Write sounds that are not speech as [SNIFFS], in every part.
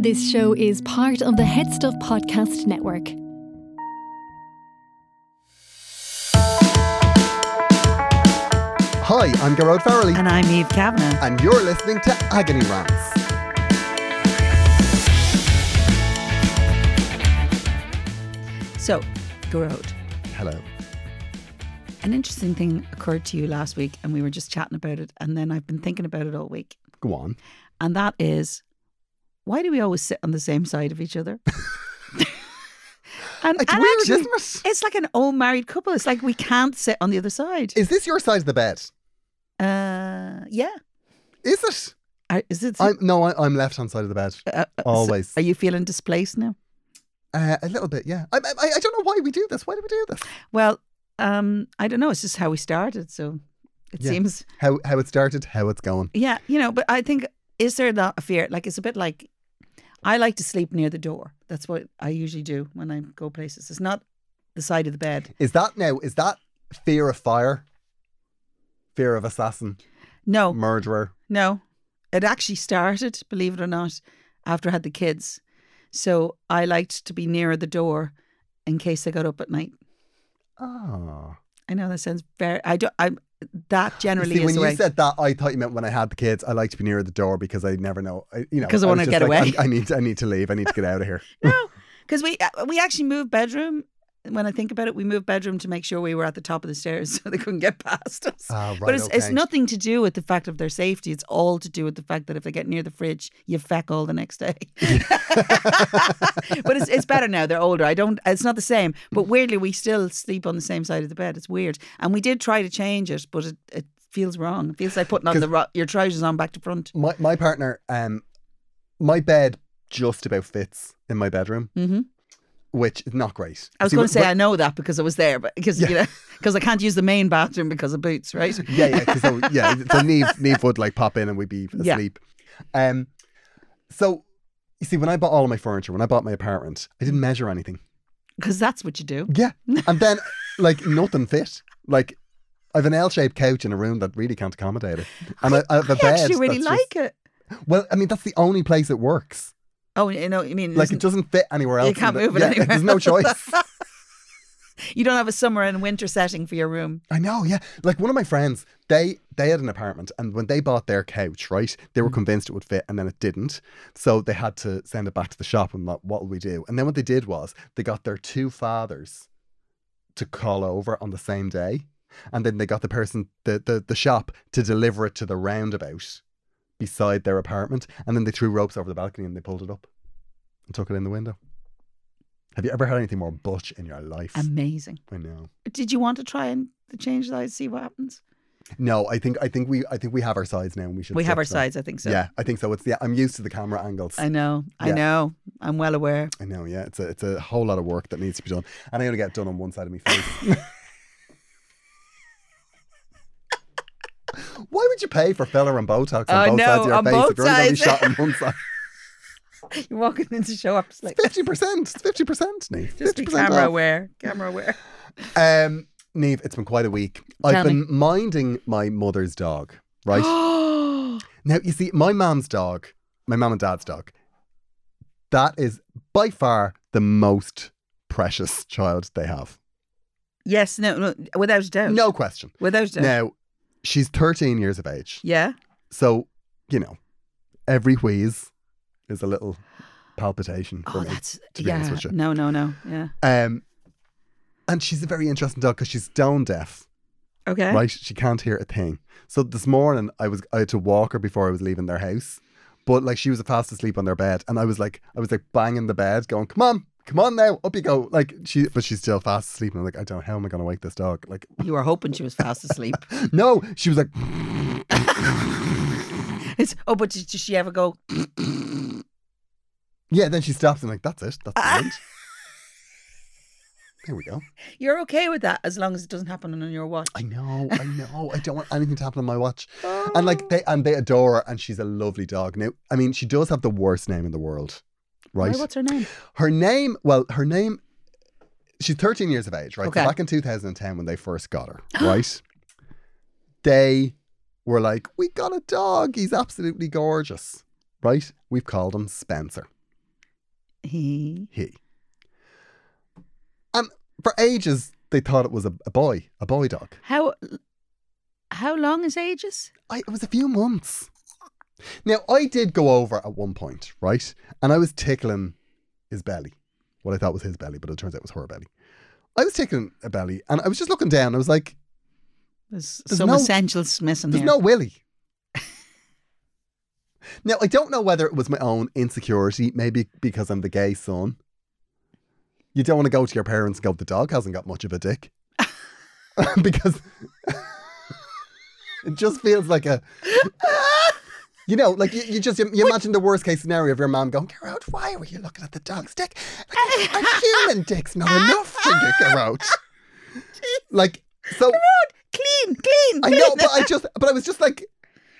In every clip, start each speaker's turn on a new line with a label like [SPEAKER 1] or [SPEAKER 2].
[SPEAKER 1] This show is part of the Head Stuff Podcast Network.
[SPEAKER 2] Hi, I'm Gerard Farrelly,
[SPEAKER 3] And I'm Eve Kavanagh.
[SPEAKER 2] and you're listening to Agony Rants.
[SPEAKER 3] So, Garode,
[SPEAKER 2] Hello.
[SPEAKER 3] an interesting thing occurred to you last week, and we were just chatting about it. And then I've been thinking about it all week.
[SPEAKER 2] Go on.
[SPEAKER 3] And that is why do we always sit on the same side of each other? [LAUGHS] and,
[SPEAKER 2] It's
[SPEAKER 3] and
[SPEAKER 2] weird,
[SPEAKER 3] actually,
[SPEAKER 2] isn't it?
[SPEAKER 3] it's like an old married couple. It's like we can't sit on the other side.
[SPEAKER 2] Is this your side of the bed?
[SPEAKER 3] uh, yeah.
[SPEAKER 2] Is it?
[SPEAKER 3] Are- Is it?
[SPEAKER 2] I'm, no, I, I'm left hand side of the bed.
[SPEAKER 3] uh, uh, so
[SPEAKER 2] Always.
[SPEAKER 3] are you feeling displaced now?
[SPEAKER 2] Uh, a little bit, yeah. I, I, I don't know why we do this. Why do we do this?
[SPEAKER 3] Well, um, I don't know. It's just how we started. So it
[SPEAKER 2] Yeah.
[SPEAKER 3] seems,
[SPEAKER 2] How how it started, how it's going.
[SPEAKER 3] yeah, you know, but I think, is there not a fear? Like, it's a bit like I like to sleep near the door. That's what I usually do when I go places. It's not the side of the bed.
[SPEAKER 2] Is that now? Is that fear of fire? Fear of assassin,
[SPEAKER 3] No,
[SPEAKER 2] murderer.
[SPEAKER 3] no. It actually started, believe it or not, after I had the kids. So I liked to be nearer the door in case I got up at night.
[SPEAKER 2] Ah.
[SPEAKER 3] I know that sounds very, I don't, I, that generally
[SPEAKER 2] See,
[SPEAKER 3] is
[SPEAKER 2] when [LAUGHS]
[SPEAKER 3] the
[SPEAKER 2] you
[SPEAKER 3] way.
[SPEAKER 2] said that, I thought you meant when I had the kids. I like to be near the door because I never know. I, you know,
[SPEAKER 3] 'Cause I
[SPEAKER 2] was
[SPEAKER 3] wanna
[SPEAKER 2] just
[SPEAKER 3] get
[SPEAKER 2] like,
[SPEAKER 3] away.
[SPEAKER 2] I, I need, I need to leave. I need to get out of
[SPEAKER 3] [LAUGHS]
[SPEAKER 2] here.
[SPEAKER 3] No, because we uh, we actually moved bedroom. When I think about it, we moved bedroom to make sure we were at the top of the stairs [LAUGHS] so they couldn't get past us.
[SPEAKER 2] Ah, right,
[SPEAKER 3] but it's, it's
[SPEAKER 2] okay.
[SPEAKER 3] nothing to do with the fact of their safety. It's all to do with the fact that if they get near the fridge, you feck all the
[SPEAKER 2] [LAUGHS]
[SPEAKER 3] next day. but it's, it's better now. They're older. I don't. It's not the same. But weirdly, we still sleep on the same side of the bed. It's weird. And we did try to change it, but it, it feels wrong. It feels like putting on the ro- your trousers on back to front.
[SPEAKER 2] my my partner um my bed just about fits in my bedroom
[SPEAKER 3] hmm
[SPEAKER 2] which is not great
[SPEAKER 3] I was
[SPEAKER 2] See,
[SPEAKER 3] going
[SPEAKER 2] wh-
[SPEAKER 3] to say I know that because I was there, but because you know, because I can't use the main bathroom because of boots,
[SPEAKER 2] [LAUGHS]
[SPEAKER 3] right?
[SPEAKER 2] wh- yeah yeah
[SPEAKER 3] [LAUGHS]
[SPEAKER 2] 'cause so, yeah so Neve, Neve would like pop in and we'd be
[SPEAKER 3] Yeah.
[SPEAKER 2] asleep um so you see when I bought all of my furniture when I bought my apartment I didn't measure anything
[SPEAKER 3] Because that's what you do.
[SPEAKER 2] yeah [LAUGHS] and then like nothing fit like I've an L-shaped couch in a room that really can't accommodate it and I, I have a
[SPEAKER 3] I
[SPEAKER 2] bed
[SPEAKER 3] actually really
[SPEAKER 2] that's
[SPEAKER 3] like
[SPEAKER 2] just-
[SPEAKER 3] it.
[SPEAKER 2] well I mean that's the only place it works
[SPEAKER 3] Oh, you know, you mean
[SPEAKER 2] like it doesn't fit anywhere else
[SPEAKER 3] you
[SPEAKER 2] in
[SPEAKER 3] can't
[SPEAKER 2] the-
[SPEAKER 3] move it
[SPEAKER 2] yeah,
[SPEAKER 3] anywhere.
[SPEAKER 2] there's no
[SPEAKER 3] else.
[SPEAKER 2] choice [LAUGHS]
[SPEAKER 3] [LAUGHS] you don't have a summer and winter setting for your room.
[SPEAKER 2] I know, yeah. Like one of my friends, they they had an apartment, and when they bought their couch, right, they were convinced it would fit, and then it didn't. So they had to send it back to the shop and like, what will we do? And then what they did was they got their two fathers to call over on the same day, and then they got the person the the, the shop to deliver it to the roundabout beside their apartment, and then they threw ropes over the balcony and they pulled it up and took it in the window. Have you ever had anything more butch in your life?
[SPEAKER 3] Amazing.
[SPEAKER 2] I know.
[SPEAKER 3] Did you want to try and to change that and see what happens?
[SPEAKER 2] No, I think I think we I think we have our sides now, and we should.
[SPEAKER 3] we have
[SPEAKER 2] stick
[SPEAKER 3] our
[SPEAKER 2] to them.
[SPEAKER 3] sides, I think so.
[SPEAKER 2] Yeah, I think so. It's yeah. I'm used to the camera angles.
[SPEAKER 3] I
[SPEAKER 2] I,
[SPEAKER 3] know. I
[SPEAKER 2] Yeah.
[SPEAKER 3] know. I'm well aware.
[SPEAKER 2] know. Yeah, it's a it's a whole lot of work that needs to be done, and I only get done on one side of my
[SPEAKER 3] [LAUGHS]
[SPEAKER 2] face. Why would you pay for filler and Botox on
[SPEAKER 3] I
[SPEAKER 2] both sides
[SPEAKER 3] know,
[SPEAKER 2] of your
[SPEAKER 3] on
[SPEAKER 2] face
[SPEAKER 3] both
[SPEAKER 2] if you're only going to be
[SPEAKER 3] sides.
[SPEAKER 2] shot on one
[SPEAKER 3] [LAUGHS]
[SPEAKER 2] side?
[SPEAKER 3] [LAUGHS] You're walking into show ups like
[SPEAKER 2] Fifty percent. Fifty percent, Neve.
[SPEAKER 3] just be
[SPEAKER 2] Fifty percent
[SPEAKER 3] camera
[SPEAKER 2] off.
[SPEAKER 3] aware. Camera aware.
[SPEAKER 2] Um, Neve, it's been quite a week. I've
[SPEAKER 3] Tell me.
[SPEAKER 2] been minding my mother's dog. [GASPS]
[SPEAKER 3] [GASPS]
[SPEAKER 2] Right. Now, you see, my mum's dog, my mum and dad's dog, that is by far the most precious child they have.
[SPEAKER 3] yes, no, no, without a doubt.
[SPEAKER 2] No question.
[SPEAKER 3] Without a doubt.
[SPEAKER 2] Now, she's 13 years of age.
[SPEAKER 3] Yeah.
[SPEAKER 2] So, you know, every wheeze is a little palpitation for
[SPEAKER 3] Oh,
[SPEAKER 2] me.
[SPEAKER 3] that's
[SPEAKER 2] to be
[SPEAKER 3] yeah.
[SPEAKER 2] honest with you.
[SPEAKER 3] No, no, no. Yeah.
[SPEAKER 2] Um, and she's a very interesting dog because she's stone deaf.
[SPEAKER 3] Okay.
[SPEAKER 2] right? She can't hear a thing. So this morning I was I had to walk her before I was leaving their house. But like she was fast asleep on their bed and I was like I was like banging the bed, going, Come on, come on now, up you go. Like she but she's still fast asleep and I'm like, I don't know how am I gonna wake this dog? Like [GASPS]
[SPEAKER 3] You were hoping she was fast
[SPEAKER 2] [LAUGHS]
[SPEAKER 3] asleep.
[SPEAKER 2] no, she was like [SNIFFS]
[SPEAKER 3] It's, oh, but did, did she ever go?
[SPEAKER 2] Yeah, then she stops and I'm like, That's it, that's the end. There we go.
[SPEAKER 3] You're okay with that as long as it doesn't happen on your watch.
[SPEAKER 2] I know, I know. I don't want anything to happen on my watch. And like they and they adore her and she's a lovely dog. Now I mean she does have the worst name in the world. Right?
[SPEAKER 3] Why, what's her name?
[SPEAKER 2] Her name, well, her name, she's 13 years of age, right?
[SPEAKER 3] Okay.
[SPEAKER 2] So back in 2010 when they first got her, right? they were like, we got a dog. He's absolutely gorgeous, right? We've called him Spencer.
[SPEAKER 3] He.
[SPEAKER 2] he. And for ages, they thought it was a, a boy, a boy dog.
[SPEAKER 3] How how long is ages?
[SPEAKER 2] I, it was a few months. Now, I did go over at one point, right? And I was tickling his belly. What I thought was his belly, but it turns out it was her belly. I was tickling a belly and I was just looking down. I was like,
[SPEAKER 3] There's,
[SPEAKER 2] There's
[SPEAKER 3] some
[SPEAKER 2] no-
[SPEAKER 3] essentials missing
[SPEAKER 2] there's
[SPEAKER 3] here.
[SPEAKER 2] no willy. now, I don't know whether it was my own insecurity, maybe because I'm the gay son. You don't want to go to your parents and go, the dog hasn't got much of a dick. [LAUGHS] because it just feels like a. You know, like you, you just you, you imagine the worst case scenario of your mom going, Geralt, why were you looking at the dog's dick? Like, a human dick's not enough for you, Geralt. Like, so.
[SPEAKER 3] clean, clean.
[SPEAKER 2] I
[SPEAKER 3] clean.
[SPEAKER 2] know,
[SPEAKER 3] [LAUGHS]
[SPEAKER 2] but I just, but I was just like,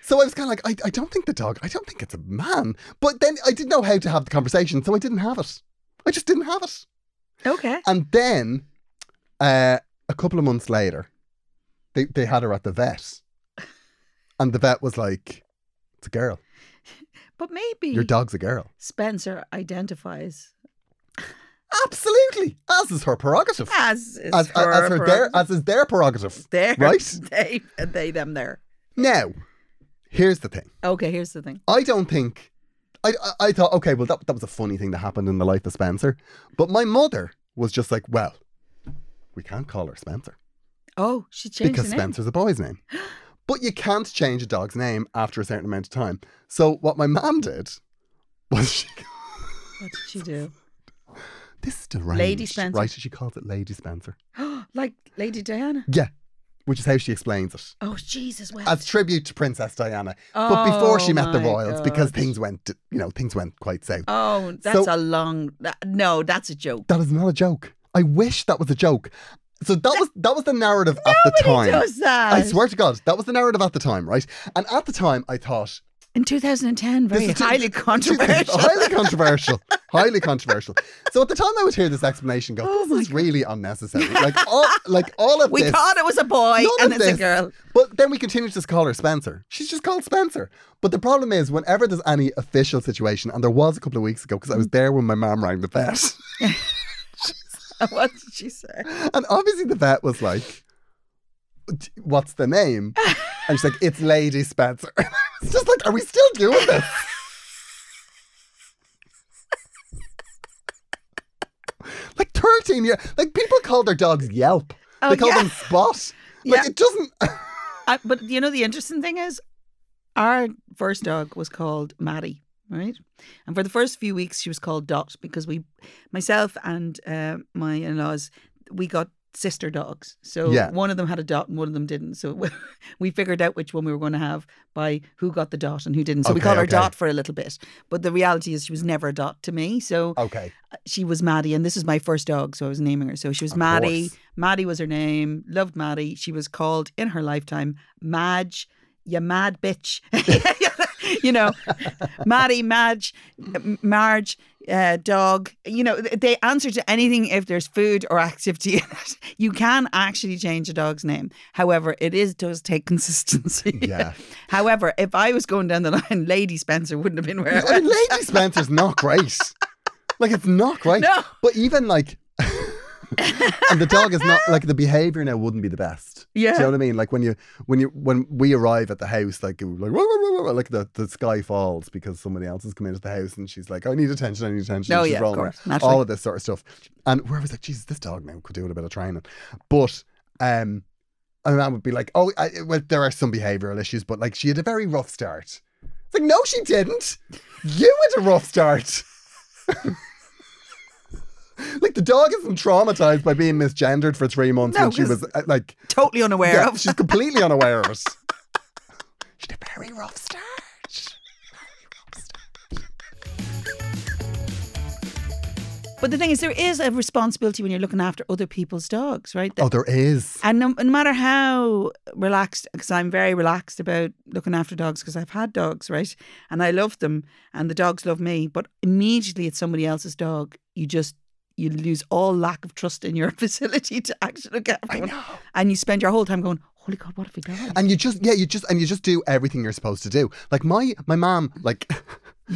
[SPEAKER 2] so I was kind of like, I, I don't think the dog, I don't think it's a man. But then I didn't know how to have the conversation, so I didn't have it. I just didn't have it.
[SPEAKER 3] Okay.
[SPEAKER 2] And then uh, a couple of months later, they, they had her at the vet. And the vet was like, it's a girl.
[SPEAKER 3] But maybe
[SPEAKER 2] Your dog's a girl.
[SPEAKER 3] Spencer identifies
[SPEAKER 2] Absolutely. As is her prerogative.
[SPEAKER 3] as is
[SPEAKER 2] As,
[SPEAKER 3] her,
[SPEAKER 2] as, her their,
[SPEAKER 3] prerogative. [LAUGHS]
[SPEAKER 2] as is their prerogative.
[SPEAKER 3] there,
[SPEAKER 2] right?
[SPEAKER 3] [LAUGHS] They, they, them, there.
[SPEAKER 2] Now, here's the thing.
[SPEAKER 3] Okay, here's the thing.
[SPEAKER 2] I don't think. I, I, I thought, okay, well, that, that was a funny thing that happened in the life of Spencer. But my mother was just like, well, we can't call her Spencer
[SPEAKER 3] Oh, she changed
[SPEAKER 2] because
[SPEAKER 3] the name.
[SPEAKER 2] Spencer's a boy's name.
[SPEAKER 3] [GASPS]
[SPEAKER 2] But you can't change a dog's name after a certain amount of time. So what my mum did was she. [LAUGHS]
[SPEAKER 3] What did she do? [GASPS]
[SPEAKER 2] This is deranged.
[SPEAKER 3] Lady Spencer.
[SPEAKER 2] Right, she calls it Lady Spencer.
[SPEAKER 3] like Lady Diana.
[SPEAKER 2] Yeah, which is how she explains it.
[SPEAKER 3] Oh, Jesus, well.
[SPEAKER 2] As tribute to Princess Diana, but before she
[SPEAKER 3] Oh
[SPEAKER 2] met the
[SPEAKER 3] my
[SPEAKER 2] royals, because
[SPEAKER 3] God.
[SPEAKER 2] things went, you know, things went quite south.
[SPEAKER 3] Oh, that's
[SPEAKER 2] So-
[SPEAKER 3] a long. that- No, that's a joke.
[SPEAKER 2] That is not a joke. I wish that was a joke. So that was that was the narrative at the
[SPEAKER 3] Nobody
[SPEAKER 2] time.
[SPEAKER 3] does that.
[SPEAKER 2] I swear to God, that was the narrative at the time, right? And at the time, I thought
[SPEAKER 3] In 2010, very
[SPEAKER 2] is
[SPEAKER 3] highly
[SPEAKER 2] [LAUGHS]
[SPEAKER 3] controversial.
[SPEAKER 2] highly controversial, highly controversial. So at the time, I would hear this explanation go,
[SPEAKER 3] Oh
[SPEAKER 2] "This is really unnecessary." Like all, like all of
[SPEAKER 3] we
[SPEAKER 2] this.
[SPEAKER 3] thought it was a boy
[SPEAKER 2] none
[SPEAKER 3] and
[SPEAKER 2] of
[SPEAKER 3] it's
[SPEAKER 2] this.
[SPEAKER 3] a girl. [LAUGHS]
[SPEAKER 2] But then we continued to call her Spencer. She's just called Spencer. But the problem is, whenever there's any official situation, and there was a couple of weeks ago because I
[SPEAKER 3] Mm.
[SPEAKER 2] was there when my mom rang the vet.
[SPEAKER 3] what did she say?
[SPEAKER 2] And obviously the vet was like, "What's the name?" And she's like, "It's Lady Spencer." [LAUGHS] it's just like, are we still doing this? like thirteen years, like people call their dogs Yelp.
[SPEAKER 3] Oh,
[SPEAKER 2] they call
[SPEAKER 3] yeah.
[SPEAKER 2] them Spot. Like
[SPEAKER 3] Yeah.
[SPEAKER 2] it doesn't.
[SPEAKER 3] I, but you know, the interesting thing is, our first dog was called Maddie, right? And for the first few weeks, she was called Dot because we, myself and uh, my in laws, we got sister dogs. So
[SPEAKER 2] Yeah.
[SPEAKER 3] one of them had a dot and one of them didn't. So [LAUGHS] we figured out which one we were going to have by who got the dot and who didn't. So we
[SPEAKER 2] Okay,
[SPEAKER 3] called her
[SPEAKER 2] okay.
[SPEAKER 3] Dot for a little bit. But the reality is, she was never a dot to me. So
[SPEAKER 2] Okay.
[SPEAKER 3] she was Maddie, and this is my first dog, so I was naming her. So she was
[SPEAKER 2] Of
[SPEAKER 3] Maddie.
[SPEAKER 2] course.
[SPEAKER 3] Maddie was her name. Loved Maddie. She was called in her lifetime Madge. You mad bitch. [LAUGHS] you know, Maddie, Madge, M- Marge, uh, dog. You know, th- they answer to anything if there's food or activity. in it. you [LAUGHS] can actually change a dog's name. However, it is does take [LAUGHS] consistency.
[SPEAKER 2] Yeah.
[SPEAKER 3] However, if I was going down the line, Lady Spencer wouldn't have
[SPEAKER 2] [LAUGHS]
[SPEAKER 3] been where I
[SPEAKER 2] I mean,
[SPEAKER 3] went.
[SPEAKER 2] Lady Spencer's not great. Like it's not great.
[SPEAKER 3] No.
[SPEAKER 2] But even like, and the dog is not like the behavior now wouldn't be the best.
[SPEAKER 3] Yeah.
[SPEAKER 2] Do you know what I mean? Like when you when you when we arrive at the house, like it was like "Wah, wah, wah, wah, wah," like the, the sky falls because somebody else has come into the house and she's like, I need attention, I need attention.
[SPEAKER 3] No,
[SPEAKER 2] and she's
[SPEAKER 3] Oh, yeah, of
[SPEAKER 2] rolling
[SPEAKER 3] course,
[SPEAKER 2] around.
[SPEAKER 3] naturally.
[SPEAKER 2] all of this sort of stuff. And where I was like, Jesus, this dog now could do with a bit of training. But um, and I would be like, oh, I, well, there are some behavioural issues, but like she had a very rough start. It's like, no, she didn't. You had a rough start. like the dog isn't traumatized by being misgendered for three months
[SPEAKER 3] No,
[SPEAKER 2] when she
[SPEAKER 3] 'cause-
[SPEAKER 2] was uh, like,
[SPEAKER 3] Totally unaware
[SPEAKER 2] yeah,
[SPEAKER 3] of.
[SPEAKER 2] she's completely unaware [LAUGHS] of it. She had a very rough start.
[SPEAKER 3] But the thing is, there is a responsibility when you're looking after other people's dogs, right?
[SPEAKER 2] Oh, there is.
[SPEAKER 3] And no, no matter how relaxed, because I'm very relaxed about looking after dogs because I've had dogs, right? And I love them and the dogs love me. But immediately it's somebody else's dog, you just, you lose all lack of trust in your [LAUGHS] facility to actually look after
[SPEAKER 2] I
[SPEAKER 3] one.
[SPEAKER 2] know.
[SPEAKER 3] And you spend your whole time going, holy God, what if he dies?
[SPEAKER 2] and you just yeah you just and you just do everything you're supposed to do like my my mom like [LAUGHS]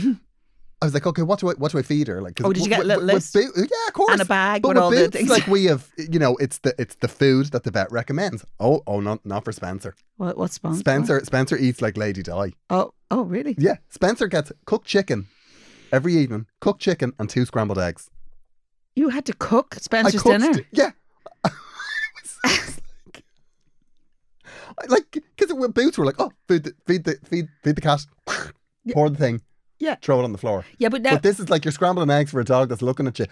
[SPEAKER 2] I was like, okay, what do I what do I feed her? Like, 'cause
[SPEAKER 3] Oh, did you get a
[SPEAKER 2] wi-
[SPEAKER 3] little
[SPEAKER 2] wi-
[SPEAKER 3] list?
[SPEAKER 2] with boo- yeah, of course.
[SPEAKER 3] And a bag
[SPEAKER 2] but
[SPEAKER 3] with
[SPEAKER 2] with
[SPEAKER 3] all the
[SPEAKER 2] boots,
[SPEAKER 3] things.
[SPEAKER 2] like we have, you know, it's the it's the food that the vet recommends. Oh, oh, not not for Spencer.
[SPEAKER 3] What, what's Spencer?
[SPEAKER 2] Spencer Spencer eats like Lady Di.
[SPEAKER 3] Oh, oh, really?
[SPEAKER 2] Yeah, Spencer gets cooked chicken every evening, cooked chicken and two scrambled eggs.
[SPEAKER 3] You had to cook Spencer's
[SPEAKER 2] cooked
[SPEAKER 3] dinner.
[SPEAKER 2] it- Yeah. [LAUGHS] I was like- I like, because with boots were like, oh, feed the feed the feed, feed the cat, pour the thing,
[SPEAKER 3] Yeah.
[SPEAKER 2] throw it on the floor.
[SPEAKER 3] Yeah, but now
[SPEAKER 2] But this is like you're scrambling eggs for a dog that's looking at you.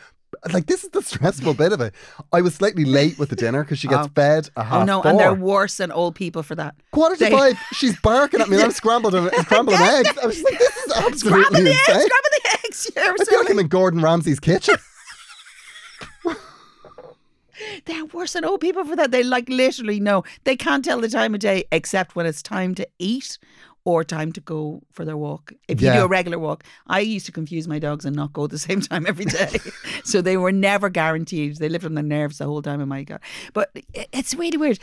[SPEAKER 2] Like this is the [LAUGHS] stressful bit of it. I was slightly late with the dinner because she gets
[SPEAKER 3] Oh.
[SPEAKER 2] fed a half
[SPEAKER 3] oh no,
[SPEAKER 2] four.
[SPEAKER 3] and they're worse than old people for that.
[SPEAKER 2] Quarter to
[SPEAKER 3] [LAUGHS] they-
[SPEAKER 2] five, she's barking at me. and I'm scrambled
[SPEAKER 3] [LAUGHS]
[SPEAKER 2] and scrambling eggs. I was just like, this is absolutely
[SPEAKER 3] Grabbing the
[SPEAKER 2] insane.
[SPEAKER 3] eggs, grabbing the eggs. [LAUGHS] You're
[SPEAKER 2] I feel like I'm in Gordon Ramsay's
[SPEAKER 3] [LAUGHS]
[SPEAKER 2] kitchen.
[SPEAKER 3] They're worse than old people for that. They like literally know they can't tell the time of day except when it's time to eat or time to go for their walk. If you
[SPEAKER 2] Yeah.
[SPEAKER 3] do a regular walk, I used to confuse my dogs and not go at the [LAUGHS] same time every day, so they were never guaranteed. They lived on their nerves the whole time. Oh my god! But it- it's really weird.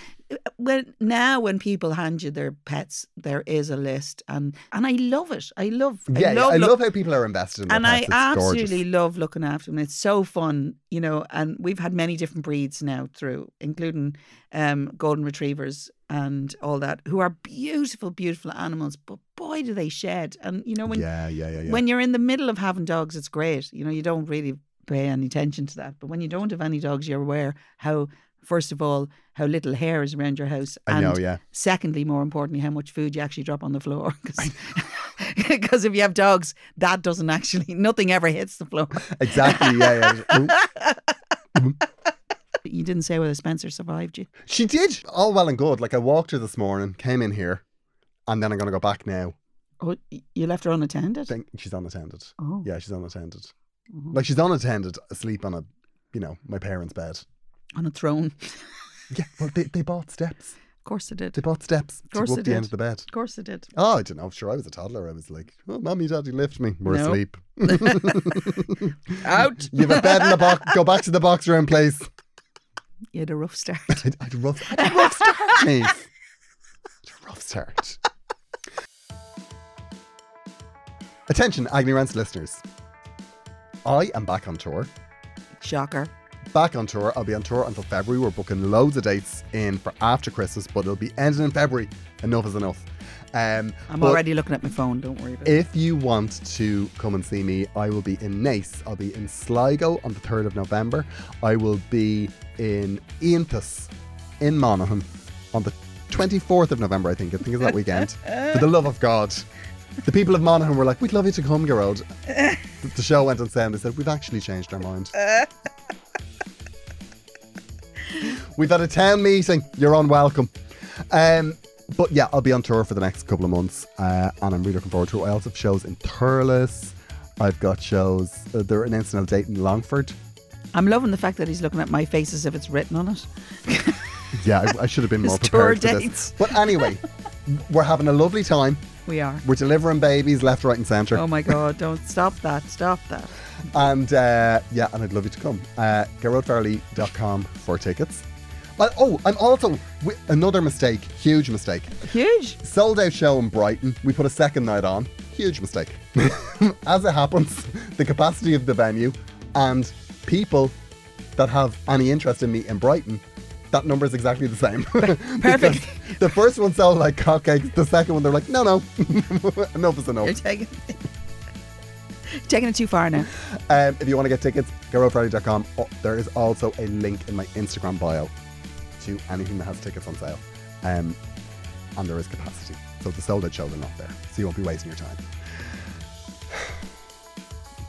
[SPEAKER 3] When now when people hand you their pets, there is a list, and and I love it. I love.
[SPEAKER 2] yeah,
[SPEAKER 3] I
[SPEAKER 2] I
[SPEAKER 3] love,
[SPEAKER 2] love,
[SPEAKER 3] look-
[SPEAKER 2] how people are invested in
[SPEAKER 3] and
[SPEAKER 2] their
[SPEAKER 3] I
[SPEAKER 2] pets. It's gorgeous.
[SPEAKER 3] absolutely love looking after them. It's so fun, you know. And we've had many different breeds now through, including um, golden retrievers and all that, who are beautiful, beautiful animals. But boy, do they shed! And you know, when
[SPEAKER 2] yeah, yeah, yeah, yeah.
[SPEAKER 3] when you're in the middle of having dogs, it's great. You know, you don't really pay any attention to that. But when you don't have any dogs, you're aware how, first of all, how little hair is around your house,
[SPEAKER 2] I
[SPEAKER 3] and
[SPEAKER 2] know, yeah.
[SPEAKER 3] secondly, more importantly, how much food you actually drop on the floor. [LAUGHS] Because if you have dogs, that doesn't actually, [LAUGHS] nothing ever hits the floor. [LAUGHS]
[SPEAKER 2] Exactly, yeah, yeah. Oop.
[SPEAKER 3] You didn't say whether Spencer survived you.
[SPEAKER 2] She did all well and good. Like I walked her this morning, came in here, and then I'm gonna go back now.
[SPEAKER 3] Oh, y- you left her unattended?
[SPEAKER 2] Think she's unattended.
[SPEAKER 3] oh.
[SPEAKER 2] Yeah, she's unattended.
[SPEAKER 3] Mhm.
[SPEAKER 2] Like she's unattended, asleep on a, you know, my parents' bed.
[SPEAKER 3] On a throne.
[SPEAKER 2] Yeah, well they, they bought steps.
[SPEAKER 3] Of course it did.
[SPEAKER 2] They
[SPEAKER 3] Of
[SPEAKER 2] bought steps to
[SPEAKER 3] course
[SPEAKER 2] go
[SPEAKER 3] they
[SPEAKER 2] up the end
[SPEAKER 3] did.
[SPEAKER 2] of the bed.
[SPEAKER 3] course it did.
[SPEAKER 2] Oh, I don't know. Sure, I was a toddler. I was like, "Oh, mommy, daddy, lift me. We're
[SPEAKER 3] No. [LAUGHS]
[SPEAKER 2] asleep. [LAUGHS]
[SPEAKER 3] Out.
[SPEAKER 2] you have a bed in the box. Go back to the box room, please."
[SPEAKER 3] [LAUGHS] You had a rough [LAUGHS] start.
[SPEAKER 2] I'd, I'd rough, I'd rough start, Niamh. I'd rough start. Attention, Agony Rants listeners. I am back on tour.
[SPEAKER 3] Shocker.
[SPEAKER 2] Back on tour. I'll be on tour until February. We're booking loads of dates in for after Christmas, but it'll be ending in February. Enough is enough. Um,
[SPEAKER 3] I'm
[SPEAKER 2] but
[SPEAKER 3] already looking at my phone. Don't worry about it.
[SPEAKER 2] If you want to come and see me, I will be in Nace. I'll be in Sligo on the 3rd of November. I will be in Ianthus in Monaghan on the 24th of November, I think. I think it's that weekend. For the love of God. The people of Monaghan were like, we'd love you to come, Gerald. The show went on sale and they said, we've actually changed our mind. We've had a town meeting. You're unwelcome. Um, but yeah, I'll be on tour for the next couple of months, uh, and I'm really looking forward to it. I also have shows in Turles. I've got shows. Uh, they're announcing a date in Longford.
[SPEAKER 3] I'm loving the fact that he's looking at my face as if it's written on it.
[SPEAKER 2] Yeah, I, I should have
[SPEAKER 3] [LAUGHS]
[SPEAKER 2] been more
[SPEAKER 3] It's tour
[SPEAKER 2] prepared for
[SPEAKER 3] dates.
[SPEAKER 2] this. But anyway, we're having a lovely time.
[SPEAKER 3] We are.
[SPEAKER 2] We're delivering babies left, right, and centre.
[SPEAKER 3] Oh my God, don't stop that. Stop that.
[SPEAKER 2] And uh, yeah, and I'd love you to come. Uh, GerardFarley.com for tickets. But, oh, and also wi- another mistake, huge mistake.
[SPEAKER 3] Huge.
[SPEAKER 2] Sold out show in Brighton. We put a second night on. Huge mistake. [LAUGHS] As it happens, the capacity of the venue and people that have any interest in me in Brighton, that number is exactly the same. [LAUGHS] Because the first one sold like cupcakes. The second one, they're like, no, [LAUGHS] no, enough is enough.
[SPEAKER 3] You're taking taking it too far now.
[SPEAKER 2] Um, if you want to get tickets, girlfriday.com. Oh, there is also a link in my Instagram bio to anything that has tickets on sale. Um, and there is capacity. So the sold out shows are not there. So you won't be wasting your time. [SIGHS]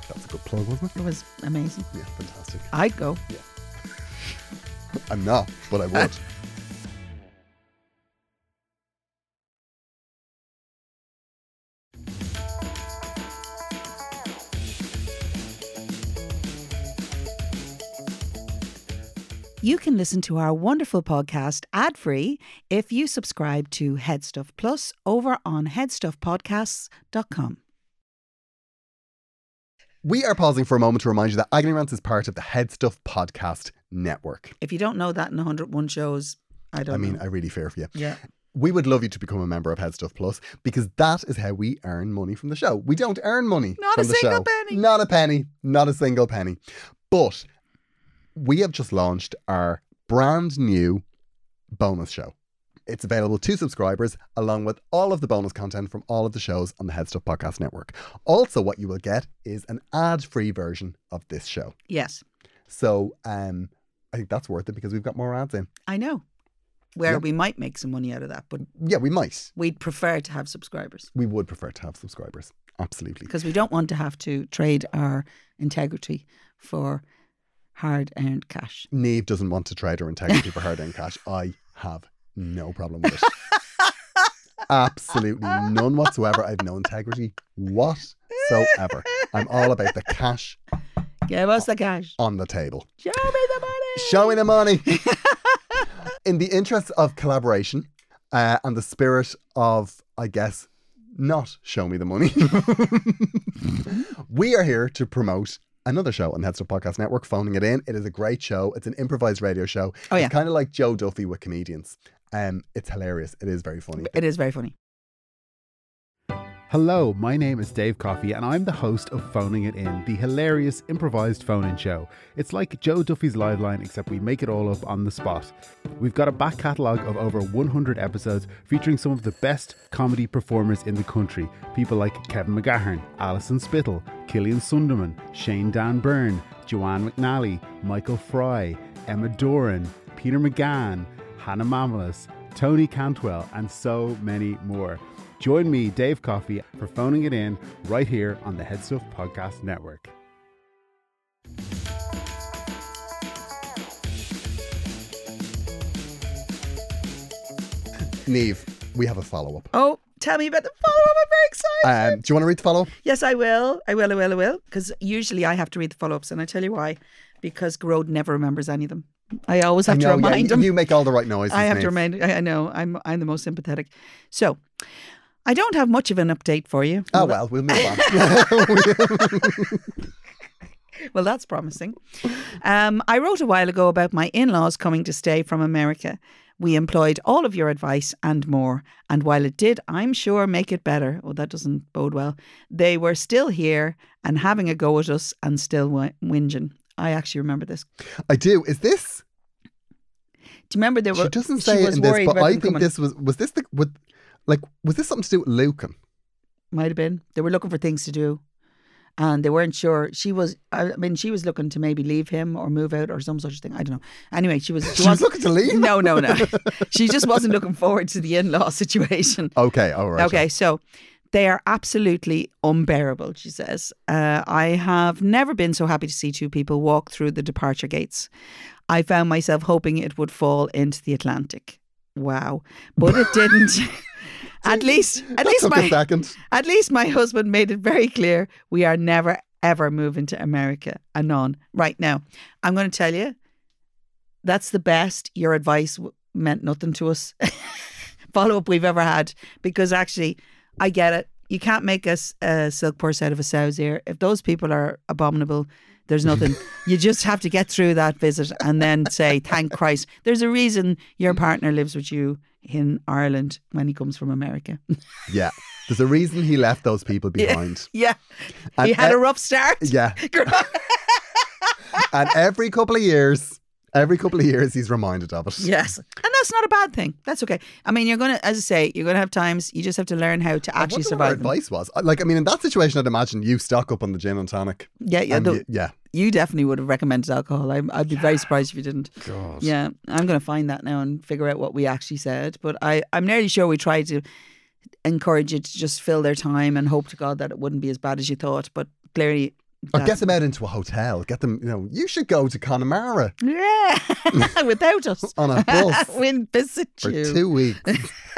[SPEAKER 2] That's a good plug, wasn't it?
[SPEAKER 3] It was amazing.
[SPEAKER 2] Yeah, fantastic.
[SPEAKER 3] I'd go.
[SPEAKER 2] I'm not, but I would.
[SPEAKER 3] You can listen to our wonderful podcast ad free if you subscribe to Headstuff Plus over on headstuffpodcasts.com.
[SPEAKER 2] we are pausing for a moment to remind you that Agony Rants is part of the Head Stuff Podcast Network.
[SPEAKER 3] If you don't know that in 101 shows, I don't
[SPEAKER 2] I mean,
[SPEAKER 3] know.
[SPEAKER 2] I really fear for you.
[SPEAKER 3] yeah.
[SPEAKER 2] we would love you to become a member of Head Stuff Plus because that is how we earn money from the show. We don't earn money
[SPEAKER 3] Not
[SPEAKER 2] from
[SPEAKER 3] a
[SPEAKER 2] the
[SPEAKER 3] single
[SPEAKER 2] show.
[SPEAKER 3] penny.
[SPEAKER 2] Not a penny. Not a single penny. But we have just launched our brand new bonus show. It's available to subscribers along with all of the bonus content from all of the shows on the Head Stuff Podcast Network. Also, what you will get is an ad free version of this show.
[SPEAKER 3] Yes,
[SPEAKER 2] So um, I think that's worth it because we've got more ads in.
[SPEAKER 3] I know. Where
[SPEAKER 2] Yeah.
[SPEAKER 3] we might make some money out of that, but
[SPEAKER 2] Yeah, we might.
[SPEAKER 3] we'd prefer to have subscribers
[SPEAKER 2] We would prefer to have subscribers. Absolutely.
[SPEAKER 3] because we don't want to have to trade our integrity for hard earned cash.
[SPEAKER 2] Neve doesn't want to trade her integrity for hard earned cash. I have no problem with it. Absolutely none whatsoever. I have no integrity whatsoever. I'm all about the cash
[SPEAKER 3] Give us the cash.
[SPEAKER 2] on the table.
[SPEAKER 3] Show me the money.
[SPEAKER 2] Showing the money. [LAUGHS] In the interest of collaboration uh, and the spirit of, I guess, not show me the money, [LAUGHS] we are here to promote another show on the Headstuff Podcast Network, Phoning It In. It is a great show. It's an improvised radio show.
[SPEAKER 3] Oh, yeah.
[SPEAKER 2] It's kind of like Joe Duffy with comedians. Um, it's hilarious. It is very funny.
[SPEAKER 3] It is very funny.
[SPEAKER 4] Hello, my name is Dave Coffey, and I'm the host of Phoning It In, the hilarious improvised phone in show. It's like Joe Duffy's Live Line, except we make it all up on the spot. We've got a back catalogue of over 100 episodes featuring some of the best comedy performers in the country. People like Kevin McGahern, Alison Spittle, Killian Sunderman, Shane Dan Byrne, Joanne McNally, Michael Fry, Emma Doran, Peter McGann, Hannah Mamalis, Tony Cantwell, and so many more. Join me, Dave Coffey, for phoning it in right here on the Head Stuff Podcast Network.
[SPEAKER 2] Neve, we have a follow up.
[SPEAKER 3] Oh, tell me about the follow up. I'm very excited.
[SPEAKER 2] Um, do you want to read the follow up?
[SPEAKER 3] Yes, I will. I will. I will. I will. Because usually I have to read the follow ups, and I tell you why. Because Grode never remembers any of them. I always have to remind him.
[SPEAKER 2] You make all the right noises.
[SPEAKER 3] I have
[SPEAKER 2] Niamh.
[SPEAKER 3] to remind. I, I know. I'm. I'm the most sympathetic. So, I don't have much of an update for you.
[SPEAKER 2] Oh, well, we'll move
[SPEAKER 3] [LAUGHS]
[SPEAKER 2] on.
[SPEAKER 3] Well, that's promising. Um, I wrote a while ago about my in laws coming to stay from America. We employed all of your advice and more. And while it did, I'm sure, make it better, oh, that doesn't bode well, they were still here and having a go at us and still wi- whinging. I actually remember this. Do
[SPEAKER 2] I do. Is this
[SPEAKER 3] you remember there were?
[SPEAKER 2] She doesn't say it
[SPEAKER 3] was
[SPEAKER 2] in this,
[SPEAKER 3] worried
[SPEAKER 2] but
[SPEAKER 3] about
[SPEAKER 2] I
[SPEAKER 3] them
[SPEAKER 2] think
[SPEAKER 3] coming.
[SPEAKER 2] this was was this the with like was this something to do with Lucan?
[SPEAKER 3] might have been. They were looking for things to do, and they weren't sure. She was. I mean, she was looking to maybe leave him or move out or some such thing. I don't know. Anyway, she was.
[SPEAKER 2] [LAUGHS] She was looking to leave.
[SPEAKER 3] No,
[SPEAKER 2] [LAUGHS]
[SPEAKER 3] no, no. she just wasn't looking forward to the in law situation.
[SPEAKER 2] Okay, all right.
[SPEAKER 3] Okay, so they are absolutely unbearable, she says. Uh, I have never been so happy to see two people walk through the departure gates. I found myself hoping it would fall into the Atlantic. Wow. But it
[SPEAKER 2] [LAUGHS]
[SPEAKER 3] didn't. at least at
[SPEAKER 2] That
[SPEAKER 3] least
[SPEAKER 2] took
[SPEAKER 3] my
[SPEAKER 2] a second.
[SPEAKER 3] at least my [LAUGHS] husband made it very clear we are never ever moving to America anon. Right now, I'm going to tell you that's the best your advice w- meant nothing to us [LAUGHS] follow up we've ever had because actually I get it. You can't make a, s- a silk purse out of a sow's ear. If those people are abominable, there's nothing. you just have to get through that visit and then say, thank Christ. There's a reason your partner lives with you in Ireland when he comes from America.
[SPEAKER 2] Yeah, there's a reason he left those people behind.
[SPEAKER 3] Yeah.
[SPEAKER 2] And
[SPEAKER 3] he had
[SPEAKER 2] e-
[SPEAKER 3] a rough start. [LAUGHS]
[SPEAKER 2] Yeah, and every couple of years, every couple of years, he's reminded of it.
[SPEAKER 3] yes. And that's not a bad thing. That's okay. I mean, you're going to, as I say, you're going to have times you just have to learn how to
[SPEAKER 2] I
[SPEAKER 3] actually
[SPEAKER 2] wonder what her
[SPEAKER 3] survive. them.
[SPEAKER 2] advice was like. I mean, in that situation, I'd imagine you stock up on the gin and tonic.
[SPEAKER 3] Yeah, yeah.
[SPEAKER 2] and
[SPEAKER 3] though
[SPEAKER 2] you- yeah.
[SPEAKER 3] you definitely would have recommended alcohol. I, I'd be very surprised if you didn't.
[SPEAKER 2] God.
[SPEAKER 3] Yeah, I'm going to find that now and figure out what we actually said. But I, I'm nearly sure we tried to encourage you to just fill their time and hope to God that it wouldn't be as bad as you thought. But clearly,
[SPEAKER 2] Or
[SPEAKER 3] that's-
[SPEAKER 2] get them out into a hotel. Get them. You know, you should go to Connemara
[SPEAKER 3] [LAUGHS] yeah, [LAUGHS]
[SPEAKER 2] [LAUGHS]
[SPEAKER 3] without us,
[SPEAKER 2] on a bus
[SPEAKER 3] [LAUGHS] we'll visit
[SPEAKER 2] for
[SPEAKER 3] you.
[SPEAKER 2] two weeks.
[SPEAKER 3] [LAUGHS]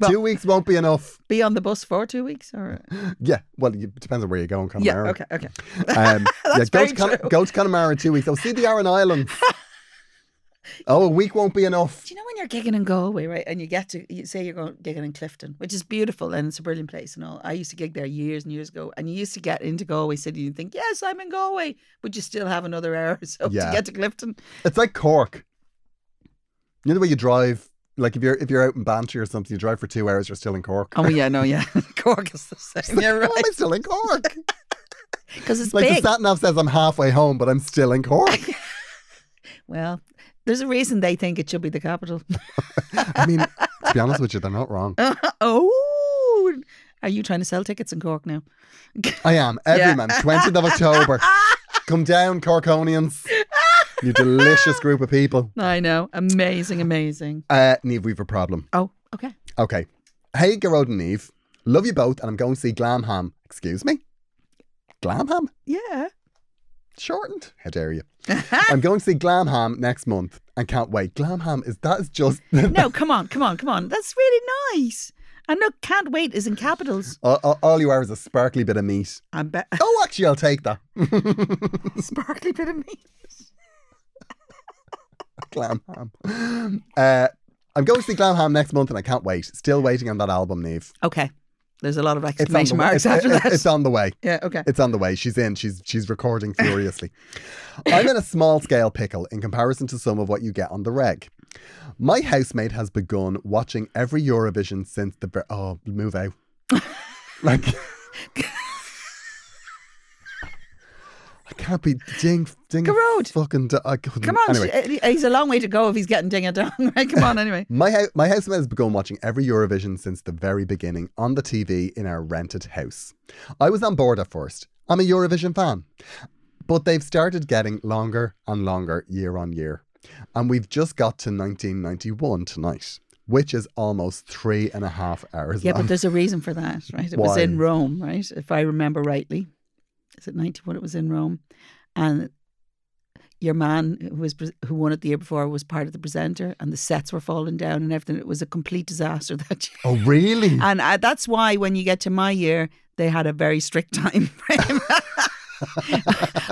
[SPEAKER 3] Well-
[SPEAKER 2] two weeks won't be enough.
[SPEAKER 3] Be on the bus for two weeks, or
[SPEAKER 2] Yeah, well, it depends on where you're going,
[SPEAKER 3] yeah,
[SPEAKER 2] Connemara.
[SPEAKER 3] okay, okay.
[SPEAKER 2] Um, yeah,
[SPEAKER 3] [LAUGHS] That's
[SPEAKER 2] go
[SPEAKER 3] very
[SPEAKER 2] to, Con-
[SPEAKER 3] true.
[SPEAKER 2] go to Connemara in two weeks. I'll see the Aran
[SPEAKER 3] [LAUGHS]
[SPEAKER 2] Islands. oh, a week won't be enough.
[SPEAKER 3] Do you know when you're gigging in Galway, right? And you get to you say you're going gigging in Clifton, which is beautiful and it's a brilliant place and all. I used to gig there years and years ago, and you used to get into Galway City and think, "Yes, I'm in Galway," but you still have another hour or so
[SPEAKER 2] Yeah.
[SPEAKER 3] to get to Clifton.
[SPEAKER 2] It's like Cork. You know the way you drive Like if you're if you're out in Bantry or something, you drive for two hours, you're still in Cork.
[SPEAKER 3] Oh yeah, no, [LAUGHS] yeah. Cork is the same. Yeah,
[SPEAKER 2] Why am
[SPEAKER 3] right.
[SPEAKER 2] I still in
[SPEAKER 3] [LAUGHS]
[SPEAKER 2] Cork?
[SPEAKER 3] Because it's
[SPEAKER 2] like
[SPEAKER 3] big.
[SPEAKER 2] the sat nav says I'm halfway home, but I'm still in
[SPEAKER 3] [LAUGHS]
[SPEAKER 2] Cork.
[SPEAKER 3] well, there's a reason they think it should be the capital. [LAUGHS]
[SPEAKER 2] I mean, to be honest with you, they're not wrong.
[SPEAKER 3] oh, are you trying to sell tickets in Cork now?
[SPEAKER 2] I am every
[SPEAKER 3] Yeah.
[SPEAKER 2] man, 20th of
[SPEAKER 3] [LAUGHS]
[SPEAKER 2] October. Come down, Corkonians. You delicious group of people.
[SPEAKER 3] I know. Amazing, amazing.
[SPEAKER 2] Uh, Neve, we've a problem.
[SPEAKER 3] Oh, okay.
[SPEAKER 2] Okay. Hey, Gerard and Neve. Love you both, and I'm going to see Glamham. Excuse me? Glamham?
[SPEAKER 3] Yeah.
[SPEAKER 2] Shortened? How dare
[SPEAKER 3] [LAUGHS]
[SPEAKER 2] you? I'm going to see Glamham next month and can't wait. Glamham is that is just. [LAUGHS]
[SPEAKER 3] No, come on, come on, come on. That's really nice. And look, can't wait is in capitals.
[SPEAKER 2] all, all- all you are is a sparkly bit of meat.
[SPEAKER 3] I [LAUGHS] bet.
[SPEAKER 2] Oh, actually, I'll take that. [LAUGHS]
[SPEAKER 3] Sparkly bit of me.
[SPEAKER 2] Glamham. Uh, I'm going to see Glamham next month and I can't wait. Still waiting on that album, Neve.
[SPEAKER 3] Okay. There's a lot of
[SPEAKER 2] It's on, the,
[SPEAKER 3] exclamation
[SPEAKER 2] way.
[SPEAKER 3] marks
[SPEAKER 2] it's,
[SPEAKER 3] after
[SPEAKER 2] it's-
[SPEAKER 3] that.
[SPEAKER 2] it's on the way.
[SPEAKER 3] yeah, okay.
[SPEAKER 2] It's on the way. She's in. She's she's recording furiously. I'm in a small scale pickle in comparison to some of what you get on the reg. My housemate has begun watching every Eurovision since the bir- oh move out.
[SPEAKER 4] [LAUGHS]
[SPEAKER 2] like I can't be ding ding.
[SPEAKER 3] Garrod.
[SPEAKER 2] fucking. di- I couldn't-
[SPEAKER 3] Come on,
[SPEAKER 2] Anyway,
[SPEAKER 3] sh- uh, he's a long way to go if he's getting ding a dong. [LAUGHS] Right, come on, anyway.
[SPEAKER 2] My, hou- my housemate has begun watching every Eurovision since the very beginning on the TV in our rented house. I was on board at first. I'm a Eurovision fan. But they've started getting longer and longer year on year. And we've just got to 1991 tonight, which is almost three and a half hours
[SPEAKER 3] Yeah,
[SPEAKER 2] long.
[SPEAKER 3] but there's a reason for that, right? It was
[SPEAKER 2] Why?
[SPEAKER 3] in Rome, right? If I remember rightly. Is it 91? It was in Rome. And your man who was pre- who won it the year before was part of the presenter and the sets were falling down and everything. It was a complete disaster [LAUGHS] that year.
[SPEAKER 2] oh,
[SPEAKER 3] [LAUGHS]
[SPEAKER 2] really?
[SPEAKER 3] And I, that's why when you get to my year, they had a very strict [LAUGHS] time frame.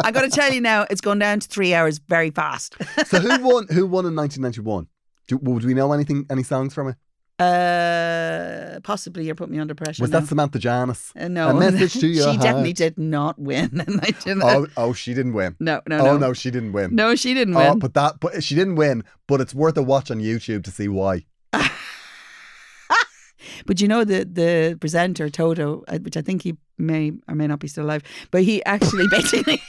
[SPEAKER 3] I got to tell you now, it's gone down to three hours very fast.
[SPEAKER 2] so who won Who won in 1991? Do, would we know anything, any songs from it?
[SPEAKER 3] Uh, possibly you put me under pressure.
[SPEAKER 2] Was
[SPEAKER 3] now.
[SPEAKER 2] that Samantha Janice?
[SPEAKER 3] Uh, no,
[SPEAKER 2] A message to your
[SPEAKER 3] [LAUGHS] She definitely
[SPEAKER 2] heart.
[SPEAKER 3] did not win, [LAUGHS] and I didn't.
[SPEAKER 2] Oh, oh, she didn't win.
[SPEAKER 3] no, [LAUGHS] no,
[SPEAKER 2] oh,
[SPEAKER 3] no,
[SPEAKER 2] no, she didn't win.
[SPEAKER 3] No, she didn't
[SPEAKER 2] Oh,
[SPEAKER 3] win.
[SPEAKER 2] but that, but she didn't win. But it's worth a watch on YouTube to see why.
[SPEAKER 3] But you know the the presenter Toto, uh, which I think he may or may not be still alive, but he actually [LAUGHS] basically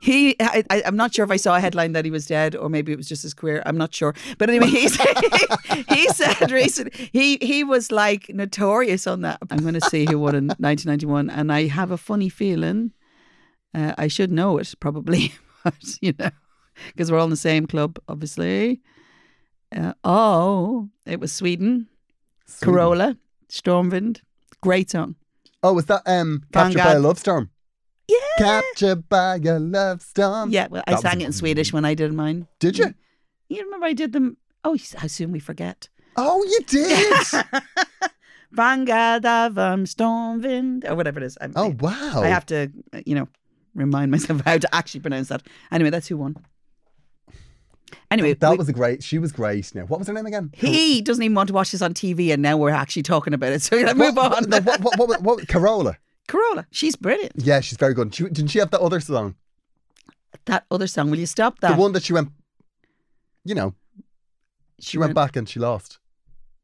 [SPEAKER 3] he I, I, I'm not sure if I saw a headline that he was dead or maybe it was just his career. I'm not sure. But anyway, he said, [LAUGHS] he said recently he he was like notorious on that. I'm going to see who won in 1991, and I have a funny feeling uh, I should know it probably, [LAUGHS] but you know because we're all in the same club, obviously. Uh, oh, it was Sweden.
[SPEAKER 2] Sweden.
[SPEAKER 3] Corolla, Stormwind. Great song.
[SPEAKER 2] Oh, was that um Captured by
[SPEAKER 3] Vanguard.
[SPEAKER 2] a Love Storm?
[SPEAKER 3] Yeah.
[SPEAKER 2] Captured by a Love Storm.
[SPEAKER 3] yeah, well,
[SPEAKER 2] Um, that
[SPEAKER 3] I
[SPEAKER 2] was
[SPEAKER 3] sang
[SPEAKER 2] a-
[SPEAKER 3] it in Swedish when I did mine. Mm.
[SPEAKER 2] Did you?
[SPEAKER 3] You remember I did them? Oh, you s- how soon we forget.
[SPEAKER 2] Oh, you did.
[SPEAKER 3] Vangadavam Stormwind, or whatever it is. I'm,
[SPEAKER 2] [LAUGHS] oh
[SPEAKER 3] I-
[SPEAKER 2] wow.
[SPEAKER 3] I have to, uh, you know, remind myself [LAUGHS] how to actually pronounce that. Anyway, that's who won. Anyway,
[SPEAKER 2] that
[SPEAKER 3] we-
[SPEAKER 2] was a great. She was great. Now, what was her name again?
[SPEAKER 3] he doesn't even want to watch this on TV, and now we're actually talking about it. [LAUGHS] So
[SPEAKER 2] What-
[SPEAKER 3] [LAUGHS] move
[SPEAKER 2] What, [LAUGHS]
[SPEAKER 3] on.
[SPEAKER 2] no, what, what, what, what- Corolla.
[SPEAKER 3] Corolla, she's brilliant.
[SPEAKER 2] Yeah, she's very good. She, didn't she have that other song?
[SPEAKER 3] That other song, will you stop that?
[SPEAKER 2] The one that she went. You know, she, went, back and she lost.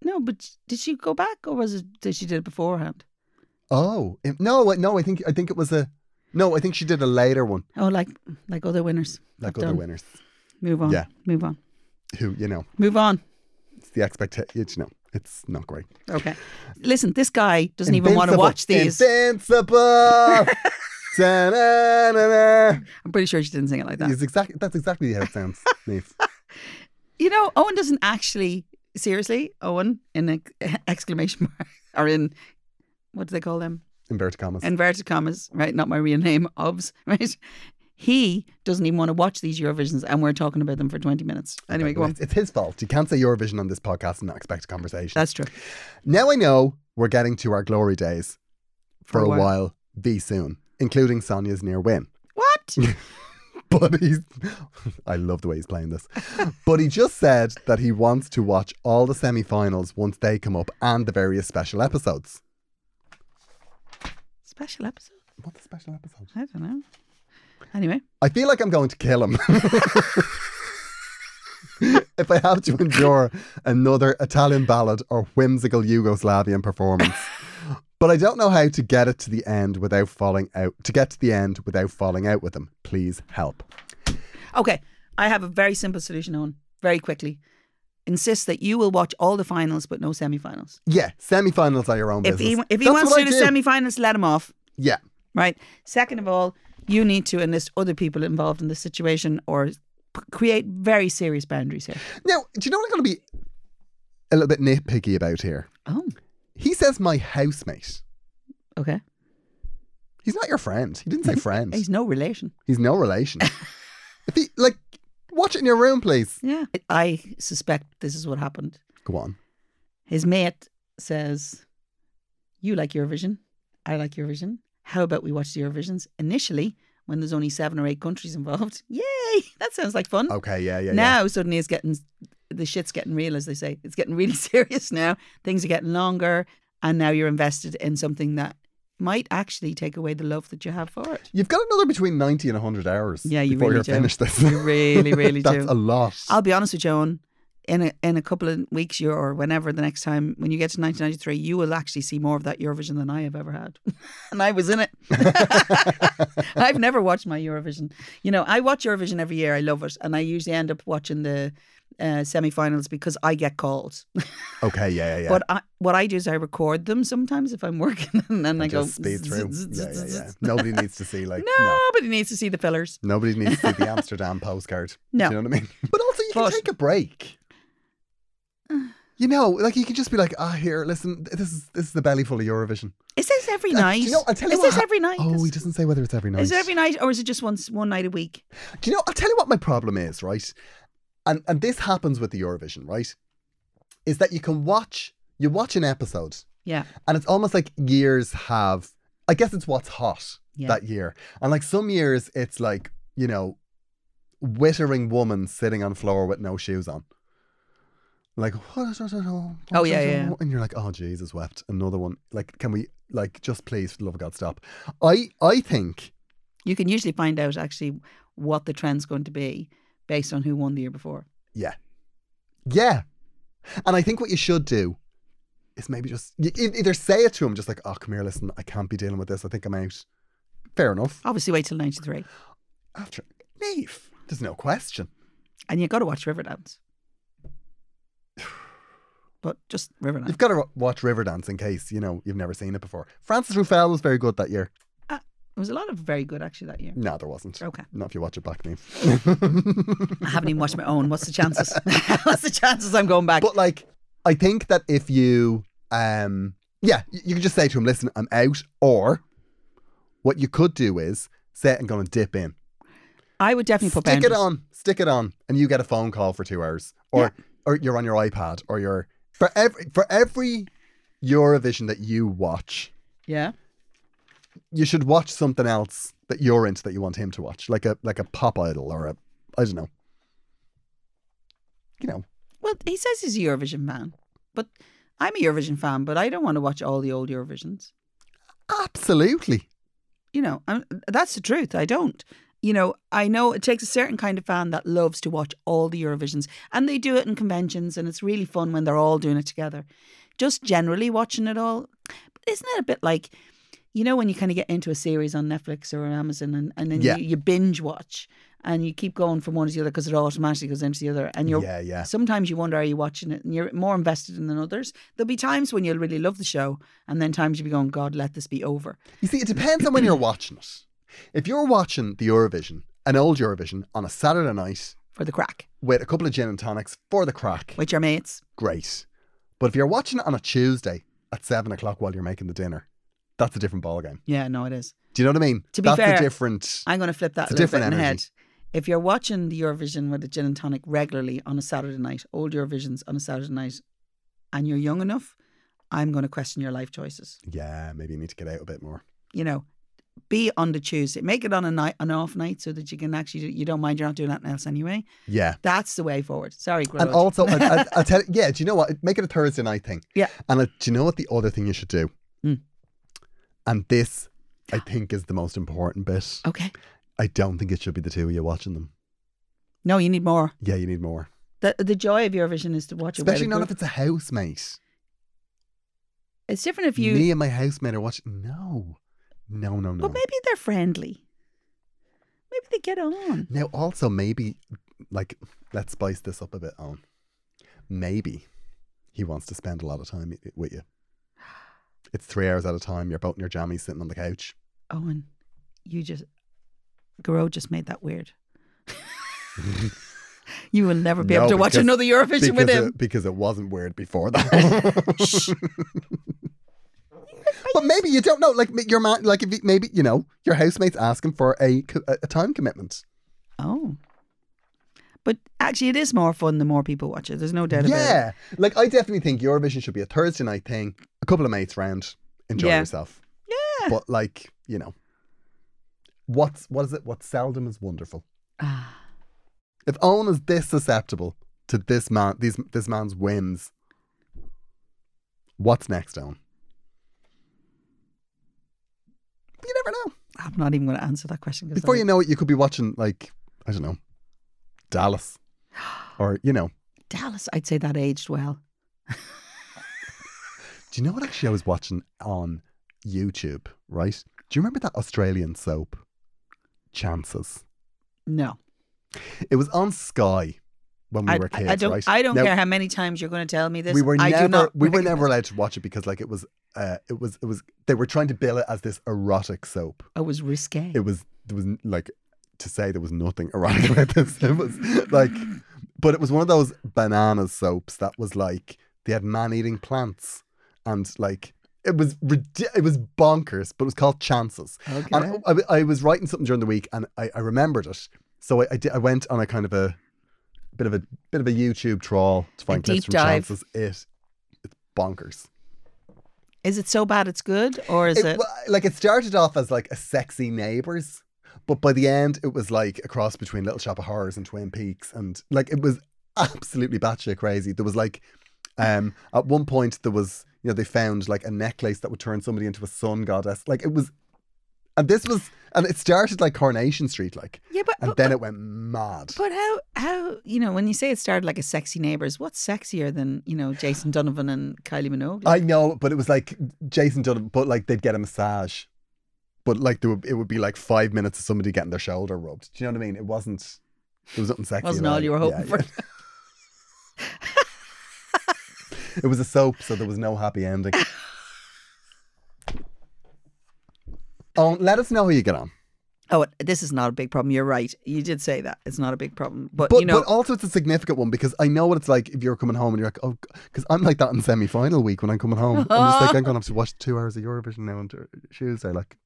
[SPEAKER 3] No, but sh- did she go back, or was it that she did it beforehand?
[SPEAKER 2] Oh it- no, I- no. I think I think it was a. No, I think she did a later one,
[SPEAKER 3] Oh, like like other winners.
[SPEAKER 2] like
[SPEAKER 3] I've
[SPEAKER 2] other
[SPEAKER 3] done.
[SPEAKER 2] winners
[SPEAKER 3] Move on.
[SPEAKER 2] Yeah.
[SPEAKER 3] Move on.
[SPEAKER 2] who you know.
[SPEAKER 3] Move on.
[SPEAKER 2] It's the expectation. You know, it's not great.
[SPEAKER 3] Okay. Listen, this guy doesn't even want to watch these. [LAUGHS]
[SPEAKER 2] Invincible. Da-na-na-na.
[SPEAKER 3] I'm pretty sure she didn't sing it like that.
[SPEAKER 2] It's exactly that's exactly how it
[SPEAKER 3] [LAUGHS]
[SPEAKER 2] sounds, Neve.
[SPEAKER 3] You know, Owen doesn't actually seriously. Owen in ex- [LAUGHS] exclamation mark or in what do they call them?
[SPEAKER 2] Inverted commas.
[SPEAKER 3] Inverted commas, right? Not my real name, obs, [LAUGHS] right? He doesn't even want to watch these Eurovisions, and we're talking about them for 20 minutes. Anyway, go on.
[SPEAKER 2] It's, it's his fault. You can't say Eurovision on this podcast and not expect a conversation.
[SPEAKER 3] That's true.
[SPEAKER 2] now I know we're getting to our glory days for,
[SPEAKER 3] For
[SPEAKER 2] a
[SPEAKER 3] a
[SPEAKER 2] while.
[SPEAKER 3] while.
[SPEAKER 2] be soon, including Sonia's near win. [LAUGHS]
[SPEAKER 3] What?
[SPEAKER 2] But he's, I love the way he's playing
[SPEAKER 3] [LAUGHS]
[SPEAKER 2] this. but he just said that he wants to watch all the semi-finals once they come up and the various special episodes.
[SPEAKER 3] Special episode?
[SPEAKER 2] What's a special episode?
[SPEAKER 3] I don't know. Anyway,
[SPEAKER 2] I feel like I'm going to kill him. if I have to endure another Italian ballad or whimsical Yugoslavian performance. But I don't know how to get it to the end without falling out. To get to the end without falling out with them, please help.
[SPEAKER 3] Okay, I have a very simple solution, Owen, very quickly. Insist that you will watch all the finals but no semifinals.
[SPEAKER 2] Yeah, semi-finals are your own
[SPEAKER 3] If
[SPEAKER 2] business.
[SPEAKER 3] he if he
[SPEAKER 2] That's
[SPEAKER 3] wants
[SPEAKER 2] what
[SPEAKER 3] to
[SPEAKER 2] I
[SPEAKER 3] do the
[SPEAKER 2] did.
[SPEAKER 3] semifinals, let him off.
[SPEAKER 2] yeah,
[SPEAKER 3] Right. Second of all, you need to enlist other people involved in this situation or p- create very serious boundaries here.
[SPEAKER 2] Now, do you know what I'm going to be a little bit nitpicky about here?
[SPEAKER 3] Oh,
[SPEAKER 2] He says my housemate.
[SPEAKER 3] okay.
[SPEAKER 2] He's not your friend. He
[SPEAKER 3] [LAUGHS]
[SPEAKER 2] didn't say friend.
[SPEAKER 3] He's no relation.
[SPEAKER 2] He's no
[SPEAKER 3] [LAUGHS]
[SPEAKER 2] relation. if he like, watch it in your room, please.
[SPEAKER 3] Yeah. I suspect this is what happened.
[SPEAKER 2] Go on.
[SPEAKER 3] His mate says, You like Eurovision. I like Eurovision. How about we watch the Eurovisions? Initially, when there's only seven or eight countries involved. [LAUGHS] Yay! That sounds like fun.
[SPEAKER 2] Okay, Oh, yeah, yeah, yeah.
[SPEAKER 3] now suddenly it's getting the shit's getting real as they say it's getting [LAUGHS] really serious now things are getting longer and now you're invested in something that might actually take away the love that you have for it
[SPEAKER 2] You've got another between ninety and hundred hours.
[SPEAKER 3] Yeah, you
[SPEAKER 2] before
[SPEAKER 3] really
[SPEAKER 2] you're
[SPEAKER 3] do.
[SPEAKER 2] finished this.
[SPEAKER 3] you
[SPEAKER 2] [LAUGHS]
[SPEAKER 3] really really
[SPEAKER 2] That's
[SPEAKER 3] do
[SPEAKER 2] a lot.
[SPEAKER 3] i'll be honest with you Owen, in a, in a couple of weeks year or whenever the next time when you get to 1993 you will actually see more of that eurovision than i have ever had [LAUGHS] and i was in it [LAUGHS] i've never watched my eurovision you know i watch eurovision every year i love it and i usually end up watching the uh, semi-finals because i get called [LAUGHS]
[SPEAKER 2] okay, yeah, yeah, yeah.
[SPEAKER 3] But I, what I do is I record them sometimes if I'm [LAUGHS] working, and then I
[SPEAKER 2] And
[SPEAKER 3] go
[SPEAKER 2] just speed through.
[SPEAKER 3] zzz, zzz,
[SPEAKER 2] yeah, yeah,
[SPEAKER 3] zzz,
[SPEAKER 2] yeah.
[SPEAKER 3] zzz.
[SPEAKER 2] Nobody needs to see
[SPEAKER 3] [LAUGHS]
[SPEAKER 2] like no.
[SPEAKER 3] Nobody needs to see the fillers.
[SPEAKER 2] Nobody needs to see the
[SPEAKER 3] [LAUGHS]
[SPEAKER 2] Amsterdam postcard.
[SPEAKER 3] No.
[SPEAKER 2] Do you know what I mean?
[SPEAKER 3] [LAUGHS]
[SPEAKER 2] But also, you
[SPEAKER 3] But-
[SPEAKER 2] can take a break. You know, like you can just be like, ah, here, listen, th- this is this is the belly full of Eurovision.
[SPEAKER 3] Is this every
[SPEAKER 2] Uh,
[SPEAKER 3] night?
[SPEAKER 2] do you know, I'll tell you
[SPEAKER 3] is
[SPEAKER 2] what
[SPEAKER 3] this
[SPEAKER 2] ha-
[SPEAKER 3] every night?
[SPEAKER 2] Oh, he
[SPEAKER 3] is,
[SPEAKER 2] doesn't say whether it's every night.
[SPEAKER 3] is it every night or is it just once one night a week?
[SPEAKER 2] Do you know? I'll tell you what my problem is, right? And and this happens with the Eurovision, right? Is that you can watch you watch an episode,
[SPEAKER 3] Yeah,
[SPEAKER 2] and it's almost like years have. I guess it's what's hot
[SPEAKER 3] Yeah.
[SPEAKER 2] that year, and like some years, it's like you know, wittering woman sitting on floor with no shoes on. Like what is Oh
[SPEAKER 3] yeah, yeah.
[SPEAKER 2] And you're like, oh Jesus, wept another one. Like, can we like just please, for the love of God, stop? I I think
[SPEAKER 3] you can usually find out actually what the trend's going to be based on who won the year before.
[SPEAKER 2] Yeah. Yeah. And I think what you should do is maybe just you, e- either say it to him, just like, oh, come here, listen, I can't be dealing with this. I think I'm out. Fair enough.
[SPEAKER 3] Obviously, wait till '93,
[SPEAKER 2] After, leave. There's no question.
[SPEAKER 3] and you got to watch
[SPEAKER 2] [SIGHS]
[SPEAKER 3] Riverdance. But just Riverdance.
[SPEAKER 2] You've got to watch Riverdance in case, you know, you've never seen it before. Francis Ruffel was very good that year.
[SPEAKER 3] There was a lot of very good actually
[SPEAKER 2] [LAUGHS]
[SPEAKER 3] that year.
[SPEAKER 2] No, there wasn't.
[SPEAKER 3] Okay.
[SPEAKER 2] Not if you watch it back, Neve.
[SPEAKER 3] I haven't even watched my own. What's the chances? [LAUGHS] What's the chances I'm going
[SPEAKER 2] [LAUGHS]
[SPEAKER 3] back?
[SPEAKER 2] But like, I think that if you, um, yeah, y- you can just say to him, listen, I'm out. Or what you could do is say, I'm going to dip in.
[SPEAKER 3] I would definitely put
[SPEAKER 2] stick it
[SPEAKER 3] boundaries.
[SPEAKER 2] on, stick it on, and you get a phone call for two hours, or or you're on your iPad, or your for every for every Eurovision that you watch,
[SPEAKER 3] Yeah.
[SPEAKER 2] you should watch something else that you're into that you want him to watch, like a like a pop idol or a I don't know, you know,
[SPEAKER 3] Well, he says he's a Eurovision fan, but I'm a Eurovision fan, but I don't want to watch all the old Eurovisions.
[SPEAKER 2] absolutely,
[SPEAKER 3] You know, i that's the truth. I don't. You know, I know it takes a certain kind of fan that loves to watch all the Eurovisions, and they do it in conventions, and it's really fun when they're all doing it together. Just generally watching it all, but isn't it a bit like, you know, when you kind of get into a series on Netflix or on Amazon, and, and then
[SPEAKER 2] Yeah.
[SPEAKER 3] you, you binge watch, and you keep going from one to the other because it automatically goes into the other, and you're
[SPEAKER 2] yeah, yeah,
[SPEAKER 3] Sometimes you wonder, are you watching it and you're more invested in than others? There'll be times when you'll really love the show, and then times you'll be going, God, let this be over.
[SPEAKER 2] You see, it depends on when you're watching it. If you're watching the Eurovision, an old Eurovision on a Saturday night
[SPEAKER 3] For the crack
[SPEAKER 2] with a couple of gin and tonics for the crack,
[SPEAKER 3] with your mates.
[SPEAKER 2] great. But if you're watching it on a Tuesday at seven o'clock while you're making the dinner, that's a different ballgame.
[SPEAKER 3] Yeah, no, it is.
[SPEAKER 2] Do you know what I mean?
[SPEAKER 3] To be
[SPEAKER 2] that's
[SPEAKER 3] fair,
[SPEAKER 2] a different.
[SPEAKER 3] I'm going to flip that
[SPEAKER 2] It's a
[SPEAKER 3] a little bit in
[SPEAKER 2] different
[SPEAKER 3] the head.
[SPEAKER 2] energy.
[SPEAKER 3] If you're watching the Eurovision with a gin and tonic regularly on a Saturday night, old Eurovisions on a Saturday night, and you're young enough, I'm going to question your life choices.
[SPEAKER 2] Yeah, maybe you need to get out a bit more.
[SPEAKER 3] you know, be on the Tuesday. Make it on a night, an off night, so that you can actually you don't mind you're not doing anything else anyway.
[SPEAKER 2] Yeah.
[SPEAKER 3] That's the way forward. Sorry, Grudge.
[SPEAKER 2] And also, I, I,
[SPEAKER 3] [LAUGHS]
[SPEAKER 2] I tell yeah, do you know what? Make it a Thursday night thing.
[SPEAKER 3] Yeah.
[SPEAKER 2] And I, do you know what the other thing you should do?
[SPEAKER 3] Mm.
[SPEAKER 2] And this, I think, is the most important bit.
[SPEAKER 3] okay.
[SPEAKER 2] I don't think it should be the two of you watching them.
[SPEAKER 3] No, you need more.
[SPEAKER 2] Yeah, you need more.
[SPEAKER 3] the the joy of Eurovision is to watch it.
[SPEAKER 2] Especially not if it's a housemate.
[SPEAKER 3] it's different if you.
[SPEAKER 2] Me and my housemate are watching. No, no, no, no.
[SPEAKER 3] But maybe they're friendly. Maybe they get on.
[SPEAKER 2] Now, also maybe, like, let's spice this up a bit. On maybe he wants to spend a lot of time i- with you. It's three hours at a time. You're both in your jammies, sitting on the couch.
[SPEAKER 3] Owen, you just Garo just made
[SPEAKER 2] [LAUGHS]
[SPEAKER 3] that weird. you will never be
[SPEAKER 2] No,
[SPEAKER 3] able to watch
[SPEAKER 2] because-
[SPEAKER 3] another Eurovision with
[SPEAKER 2] because
[SPEAKER 3] him.
[SPEAKER 2] it, because it wasn't weird before that.
[SPEAKER 3] [LAUGHS] Shh.
[SPEAKER 2] [LAUGHS] but maybe you don't know. Like m- your man, like if you, maybe you know your housemate's asking for a co- a a time commitment.
[SPEAKER 3] Oh. But actually, it is more fun the more people watch it. There's no doubt about it.
[SPEAKER 2] Yeah, like I definitely think Eurovision should be a Thursday night thing. A couple of mates round, enjoy
[SPEAKER 3] Yeah.
[SPEAKER 2] yourself.
[SPEAKER 3] Yeah.
[SPEAKER 2] But like you know, what's what is it? What's seldom is wonderful.
[SPEAKER 3] Ah,
[SPEAKER 2] If Owen is this susceptible to this man, these this man's whims, what's next, Owen? You never know.
[SPEAKER 3] I'm not even going to answer that question. 'cause
[SPEAKER 2] Before
[SPEAKER 3] I-
[SPEAKER 2] you know it, you could be watching like I don't know,
[SPEAKER 3] [GASPS]
[SPEAKER 2] Dallas, or you know,
[SPEAKER 3] Dallas, I'd say that aged well.
[SPEAKER 2] do you know what? Actually, I was watching on YouTube. Right? Do you remember that Australian soap, Chances?
[SPEAKER 3] No,
[SPEAKER 2] It was on Sky when we
[SPEAKER 3] I,
[SPEAKER 2] were
[SPEAKER 3] I- I
[SPEAKER 2] kids.
[SPEAKER 3] don't.
[SPEAKER 2] right?
[SPEAKER 3] I don't
[SPEAKER 2] Now,
[SPEAKER 3] care how many times you're going to tell me this.
[SPEAKER 2] we were
[SPEAKER 3] I
[SPEAKER 2] never
[SPEAKER 3] do not
[SPEAKER 2] we were
[SPEAKER 3] recognize-
[SPEAKER 2] never allowed to watch it because like it was uh, it was it was they were trying to bill it as this erotic soap.
[SPEAKER 3] I was risque.
[SPEAKER 2] It was there was n- like to say there was nothing erotic about this. It was like, but it was one of those banana soaps that was like they had man eating plants and like. It was ridi- it was bonkers, but it was called Chances.
[SPEAKER 3] okay.
[SPEAKER 2] And I, I was writing something during the week, and I, I remembered it. So I, I, did, I went on a kind of a bit of a bit of a YouTube trawl to find clips
[SPEAKER 3] deep
[SPEAKER 2] from
[SPEAKER 3] dive.
[SPEAKER 2] chances. It it's bonkers.
[SPEAKER 3] is it so bad it's good, or is it?
[SPEAKER 2] wa- like it started off as like a sexy neighbors, but by the end it was like a cross between Little Shop of Horrors and Twin Peaks, and like it was absolutely batshit crazy. There was like, um, at one point there was you know they found like a necklace that would turn somebody into a sun goddess. Like it was, and this was, and it started like Coronation Street, like,
[SPEAKER 3] yeah, but,
[SPEAKER 2] and
[SPEAKER 3] but,
[SPEAKER 2] then it went mad.
[SPEAKER 3] but how how you know when you say it started like a sexy neighbors? What's sexier than you know Jason Donovan and Kylie Minogue?
[SPEAKER 2] I know, but it was like Jason Dunham, but like they'd get a massage. But like there would, it would be like five minutes of somebody getting their shoulder rubbed. Do you know what I mean? It wasn't. It was nothing sexy.
[SPEAKER 3] Wasn't
[SPEAKER 2] about
[SPEAKER 3] all
[SPEAKER 2] it.
[SPEAKER 3] you were hoping
[SPEAKER 2] Yeah,
[SPEAKER 3] for.
[SPEAKER 2] yeah. It was a soap, so there was no happy
[SPEAKER 3] [LAUGHS]
[SPEAKER 2] ending. oh, let us know how you get on.
[SPEAKER 3] Oh, this is not a big problem. You're right. You did say that. It's not a big problem. But,
[SPEAKER 2] But
[SPEAKER 3] you know,
[SPEAKER 2] but also it's a significant one because I know what it's like if you're coming home and you're like, oh, because I'm like that in semi final week when I'm coming home. I'm
[SPEAKER 3] [LAUGHS]
[SPEAKER 2] just like I'm gonna have to watch two hours of Eurovision now on Tur- Tuesday. Like,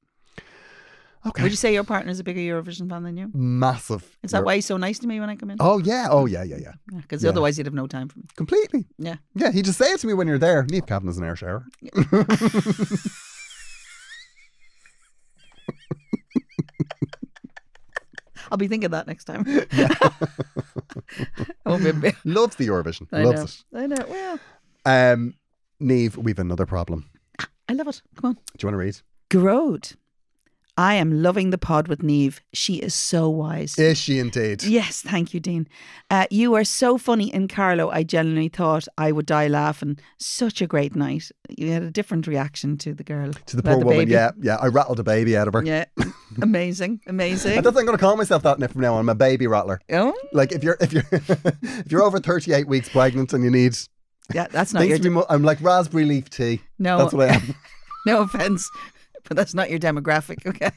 [SPEAKER 2] okay.
[SPEAKER 3] would you say your partner's a bigger Eurovision fan than you?
[SPEAKER 2] massive.
[SPEAKER 3] Is that
[SPEAKER 2] Euro-
[SPEAKER 3] why he's so nice to me when I come in?
[SPEAKER 2] Oh yeah. Oh yeah. Yeah yeah.
[SPEAKER 3] Because
[SPEAKER 2] yeah.
[SPEAKER 3] otherwise he'd have no time for me.
[SPEAKER 2] Completely.
[SPEAKER 3] Yeah.
[SPEAKER 2] Yeah. He just say it to me when you're there. Neve Kavanaugh's an air shower.
[SPEAKER 3] I'll be thinking that next time. [LAUGHS]
[SPEAKER 2] [LAUGHS]
[SPEAKER 3] I won't be a bit-
[SPEAKER 2] Loves the Eurovision.
[SPEAKER 3] I know.
[SPEAKER 2] Loves
[SPEAKER 3] I know. Well,
[SPEAKER 2] it. Um, Neve, we've another problem.
[SPEAKER 3] I love it. Come on.
[SPEAKER 2] Do you want to read?
[SPEAKER 3] Grode. I am loving the pod with Neve. She is so wise.
[SPEAKER 2] Is she indeed?
[SPEAKER 3] Yes, thank you, Dean. Uh, you are so funny in Carlo. I genuinely thought I would die laughing. Such a great night. You had a different reaction to the girl.
[SPEAKER 2] To the
[SPEAKER 3] about
[SPEAKER 2] poor woman.
[SPEAKER 3] baby.
[SPEAKER 2] Yeah. Yeah. I rattled a baby out of her.
[SPEAKER 3] Yeah. [LAUGHS] Amazing. Amazing.
[SPEAKER 2] I don't think I'm going to call myself that now- from now on. I'm a baby rattler.
[SPEAKER 3] Oh,
[SPEAKER 2] Like if you're if you're [LAUGHS] if you're over 38 weeks pregnant and you need
[SPEAKER 3] yeah, that's not your.
[SPEAKER 2] things to be, mo- I'm like raspberry leaf tea.
[SPEAKER 3] no,
[SPEAKER 2] That's what I am.
[SPEAKER 3] [LAUGHS] no offense, but that's not your demographic. Okay.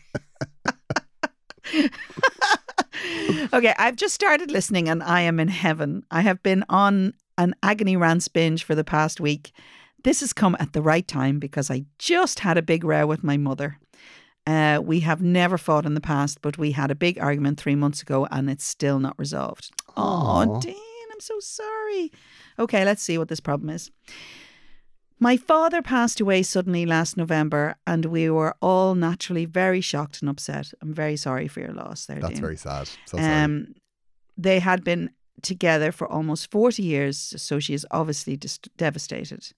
[SPEAKER 3] [LAUGHS] okay, I've just started listening, and I am in heaven. I have been on an agony rants binge for the past week. This has come at the right time because I just had a big row with my mother. Uh, we have never fought in the past, but we had a big argument three months ago, and it's still not resolved. Oh,
[SPEAKER 2] Aw.
[SPEAKER 3] Dean, I'm so sorry. Okay, let's see what this problem is. My father passed away suddenly last November, and we were all naturally very shocked and upset. I'm very sorry for your loss there,
[SPEAKER 2] That's
[SPEAKER 3] Dean.
[SPEAKER 2] very sad. So sorry.
[SPEAKER 3] Um, they had been together for almost 40 years, so she is obviously just devastated.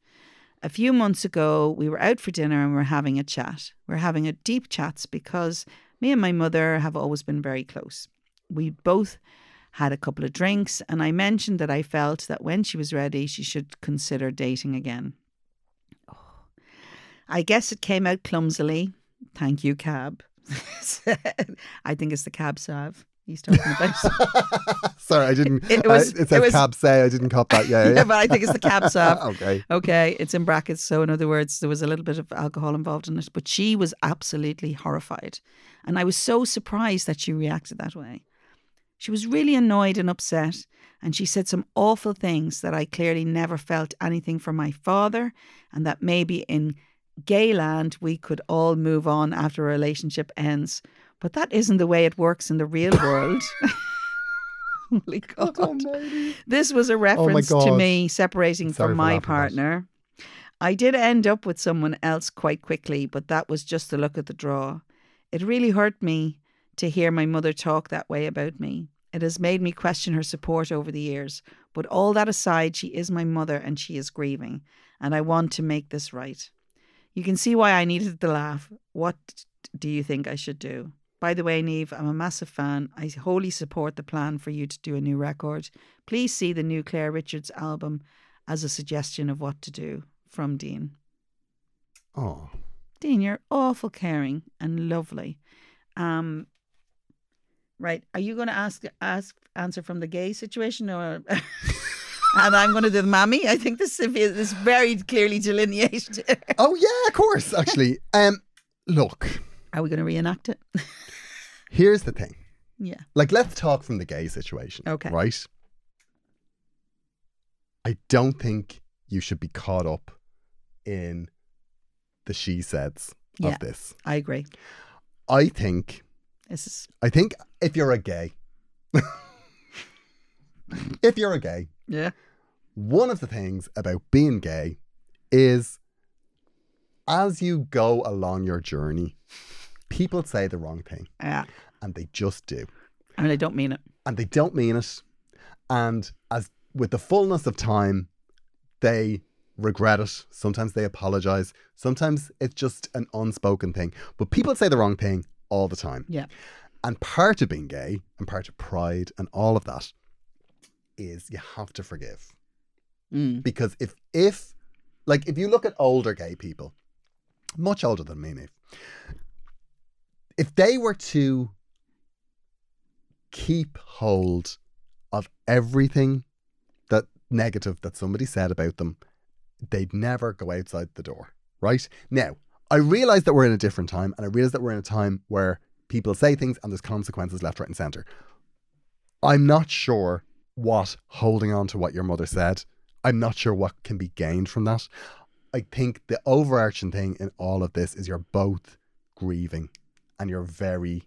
[SPEAKER 3] A few months ago, we were out for dinner and we are having a chat. We're having a deep chats because me and my mother have always been very close. We both had a couple of drinks, and I mentioned that I felt that when she was ready, she should consider dating again. I guess it came out clumsily. Thank you, cab. [LAUGHS] I think it's the cab sav he's talking
[SPEAKER 2] [LAUGHS]
[SPEAKER 3] about.
[SPEAKER 2] Sorry, I didn't.
[SPEAKER 3] It- it
[SPEAKER 2] It,
[SPEAKER 3] was-
[SPEAKER 2] was, it said
[SPEAKER 3] it was-
[SPEAKER 2] cab say. I didn't cop that. Yeah, yeah.
[SPEAKER 3] [LAUGHS] yeah, but I think it's the
[SPEAKER 2] [LAUGHS]
[SPEAKER 3] cab sav.
[SPEAKER 2] okay.
[SPEAKER 3] Okay, it's in brackets. So, in other words, there was a little bit of alcohol involved in it, but she was absolutely horrified. And I was so surprised that she reacted that way. She was really annoyed and upset, and she said some awful things that I clearly never felt anything for my father, and that maybe in gay land we could all move on after a relationship ends. But that isn't the way it works in the real world. [LAUGHS] Holy God. This was a reference to
[SPEAKER 2] Oh God.
[SPEAKER 3] me separating
[SPEAKER 2] Sorry
[SPEAKER 3] from
[SPEAKER 2] for
[SPEAKER 3] my
[SPEAKER 2] laughing, guys.
[SPEAKER 3] partner. I did end up with someone else quite quickly, but that was just the look of the draw. It really hurt me to hear my mother talk that way about me. It has made me question her support over the years. But all that aside, she is my mother and she is grieving, and I want to make this right. You can see why I needed the laugh. What do you think I should do? By the way, Neve, I'm a massive fan. I wholly support the plan for you to do a new record. Please see the new Claire Richards album as a suggestion of what to do from Dean.
[SPEAKER 2] Oh,
[SPEAKER 3] Dean, you're awful caring and lovely. Um, right, are you going to ask ask answer from the gay situation or? [LAUGHS] and I'm going to do the mammy. I think this is this is very clearly delineated. [LAUGHS]
[SPEAKER 2] oh yeah, of course. Actually, um, look.
[SPEAKER 3] are we going to reenact it?
[SPEAKER 2] Here's the thing.
[SPEAKER 3] yeah.
[SPEAKER 2] Like, let's talk from the gay situation.
[SPEAKER 3] Okay.
[SPEAKER 2] Right. I don't think you should be caught up in the she says
[SPEAKER 3] Yeah.
[SPEAKER 2] of this.
[SPEAKER 3] I agree.
[SPEAKER 2] I think
[SPEAKER 3] This is
[SPEAKER 2] I think if you're a gay, [LAUGHS] if you're a gay,
[SPEAKER 3] yeah.
[SPEAKER 2] one of the things about being gay is as you go along your journey, people say the wrong thing
[SPEAKER 3] Yeah.
[SPEAKER 2] and they just do.
[SPEAKER 3] I mean, I don't mean it.
[SPEAKER 2] And they don't mean it. And as with the fullness of time, they regret it. Sometimes they apologize. Sometimes it's just an unspoken thing. But people say the wrong thing all the time.
[SPEAKER 3] Yeah.
[SPEAKER 2] And part of being gay and part of pride and all of that is you have to forgive.
[SPEAKER 3] Mm.
[SPEAKER 2] Because if if like if you look at older gay people, much older than me, Niamh, if they were to keep hold of everything that negative that somebody said about them, they'd never go outside the door. Right? Now, I realize that we're in a different time, and I realize that we're in a time where people say things and there's consequences left, right, and center. I'm not sure what holding on to what your mother said. I'm not sure what can be gained from that. I think the overarching thing in all of this is you're both grieving and you're very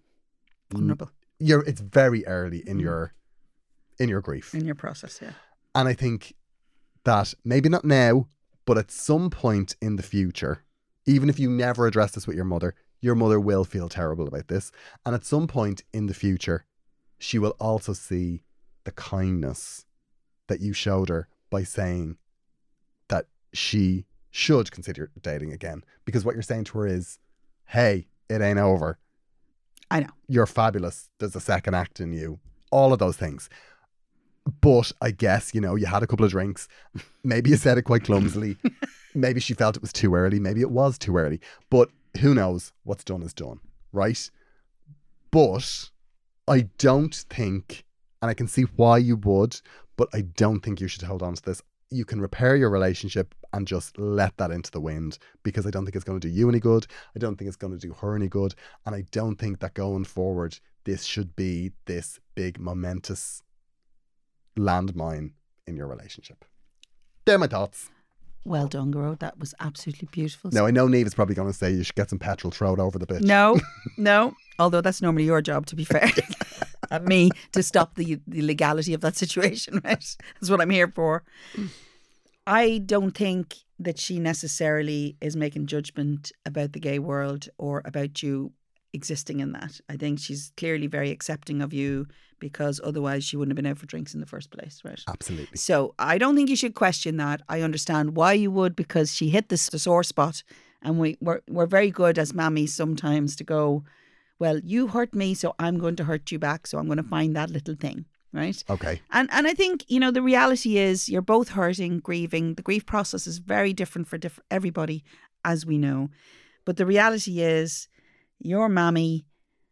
[SPEAKER 3] Vulnerable
[SPEAKER 2] you're it's very early in your in your grief.
[SPEAKER 3] in your process. Yeah.
[SPEAKER 2] And I think that maybe not now, but at some point in the future, even if you never address this with your mother, your mother will feel terrible about this. And at some point in the future, she will also see the kindness that you showed her by saying that she should consider dating again. Because what you're saying to her is, hey, it ain't over.
[SPEAKER 3] I know.
[SPEAKER 2] You're fabulous. There's a second act in you. All of those things. But I guess, you know, you had a couple of drinks. Maybe you said it quite clumsily. Maybe she felt it was too early. Maybe it was too early. But who knows? What's done is done, right? But I don't think, and I can see why you would, but I don't think you should hold on to this. You can repair your relationship and just let that into the wind because I don't think it's going to do you any good. I don't think it's going to do her any good. And I don't think that going forward, this should be this big, momentous landmine in your relationship. They're my thoughts.
[SPEAKER 3] Well done, girl. That was absolutely beautiful.
[SPEAKER 2] Now, I know Neve is probably going to say you should get some petrol thrown over the bitch.
[SPEAKER 3] [LAUGHS] No, no. Although that's normally your job, to be fair, [LAUGHS] at me to stop the the legality of that situation. [LAUGHS] Right, that's what I'm here for. I don't think that she necessarily is making judgment about the gay world or about you existing in that. I think she's clearly very accepting of you because otherwise she wouldn't have been out for drinks in the first place, right?
[SPEAKER 2] Absolutely.
[SPEAKER 3] So I don't think you should question that. I understand why you would because she hit the, s- the sore spot, and we we're, we're very good as mammies sometimes to go, well, you hurt me, so I'm going to hurt you back. So I'm going to find that little thing. right?
[SPEAKER 2] Okay.
[SPEAKER 3] And and I think you know the reality is you're both hurting, grieving. The grief process is very different for diff- everybody, as we know. But the reality is, your mammy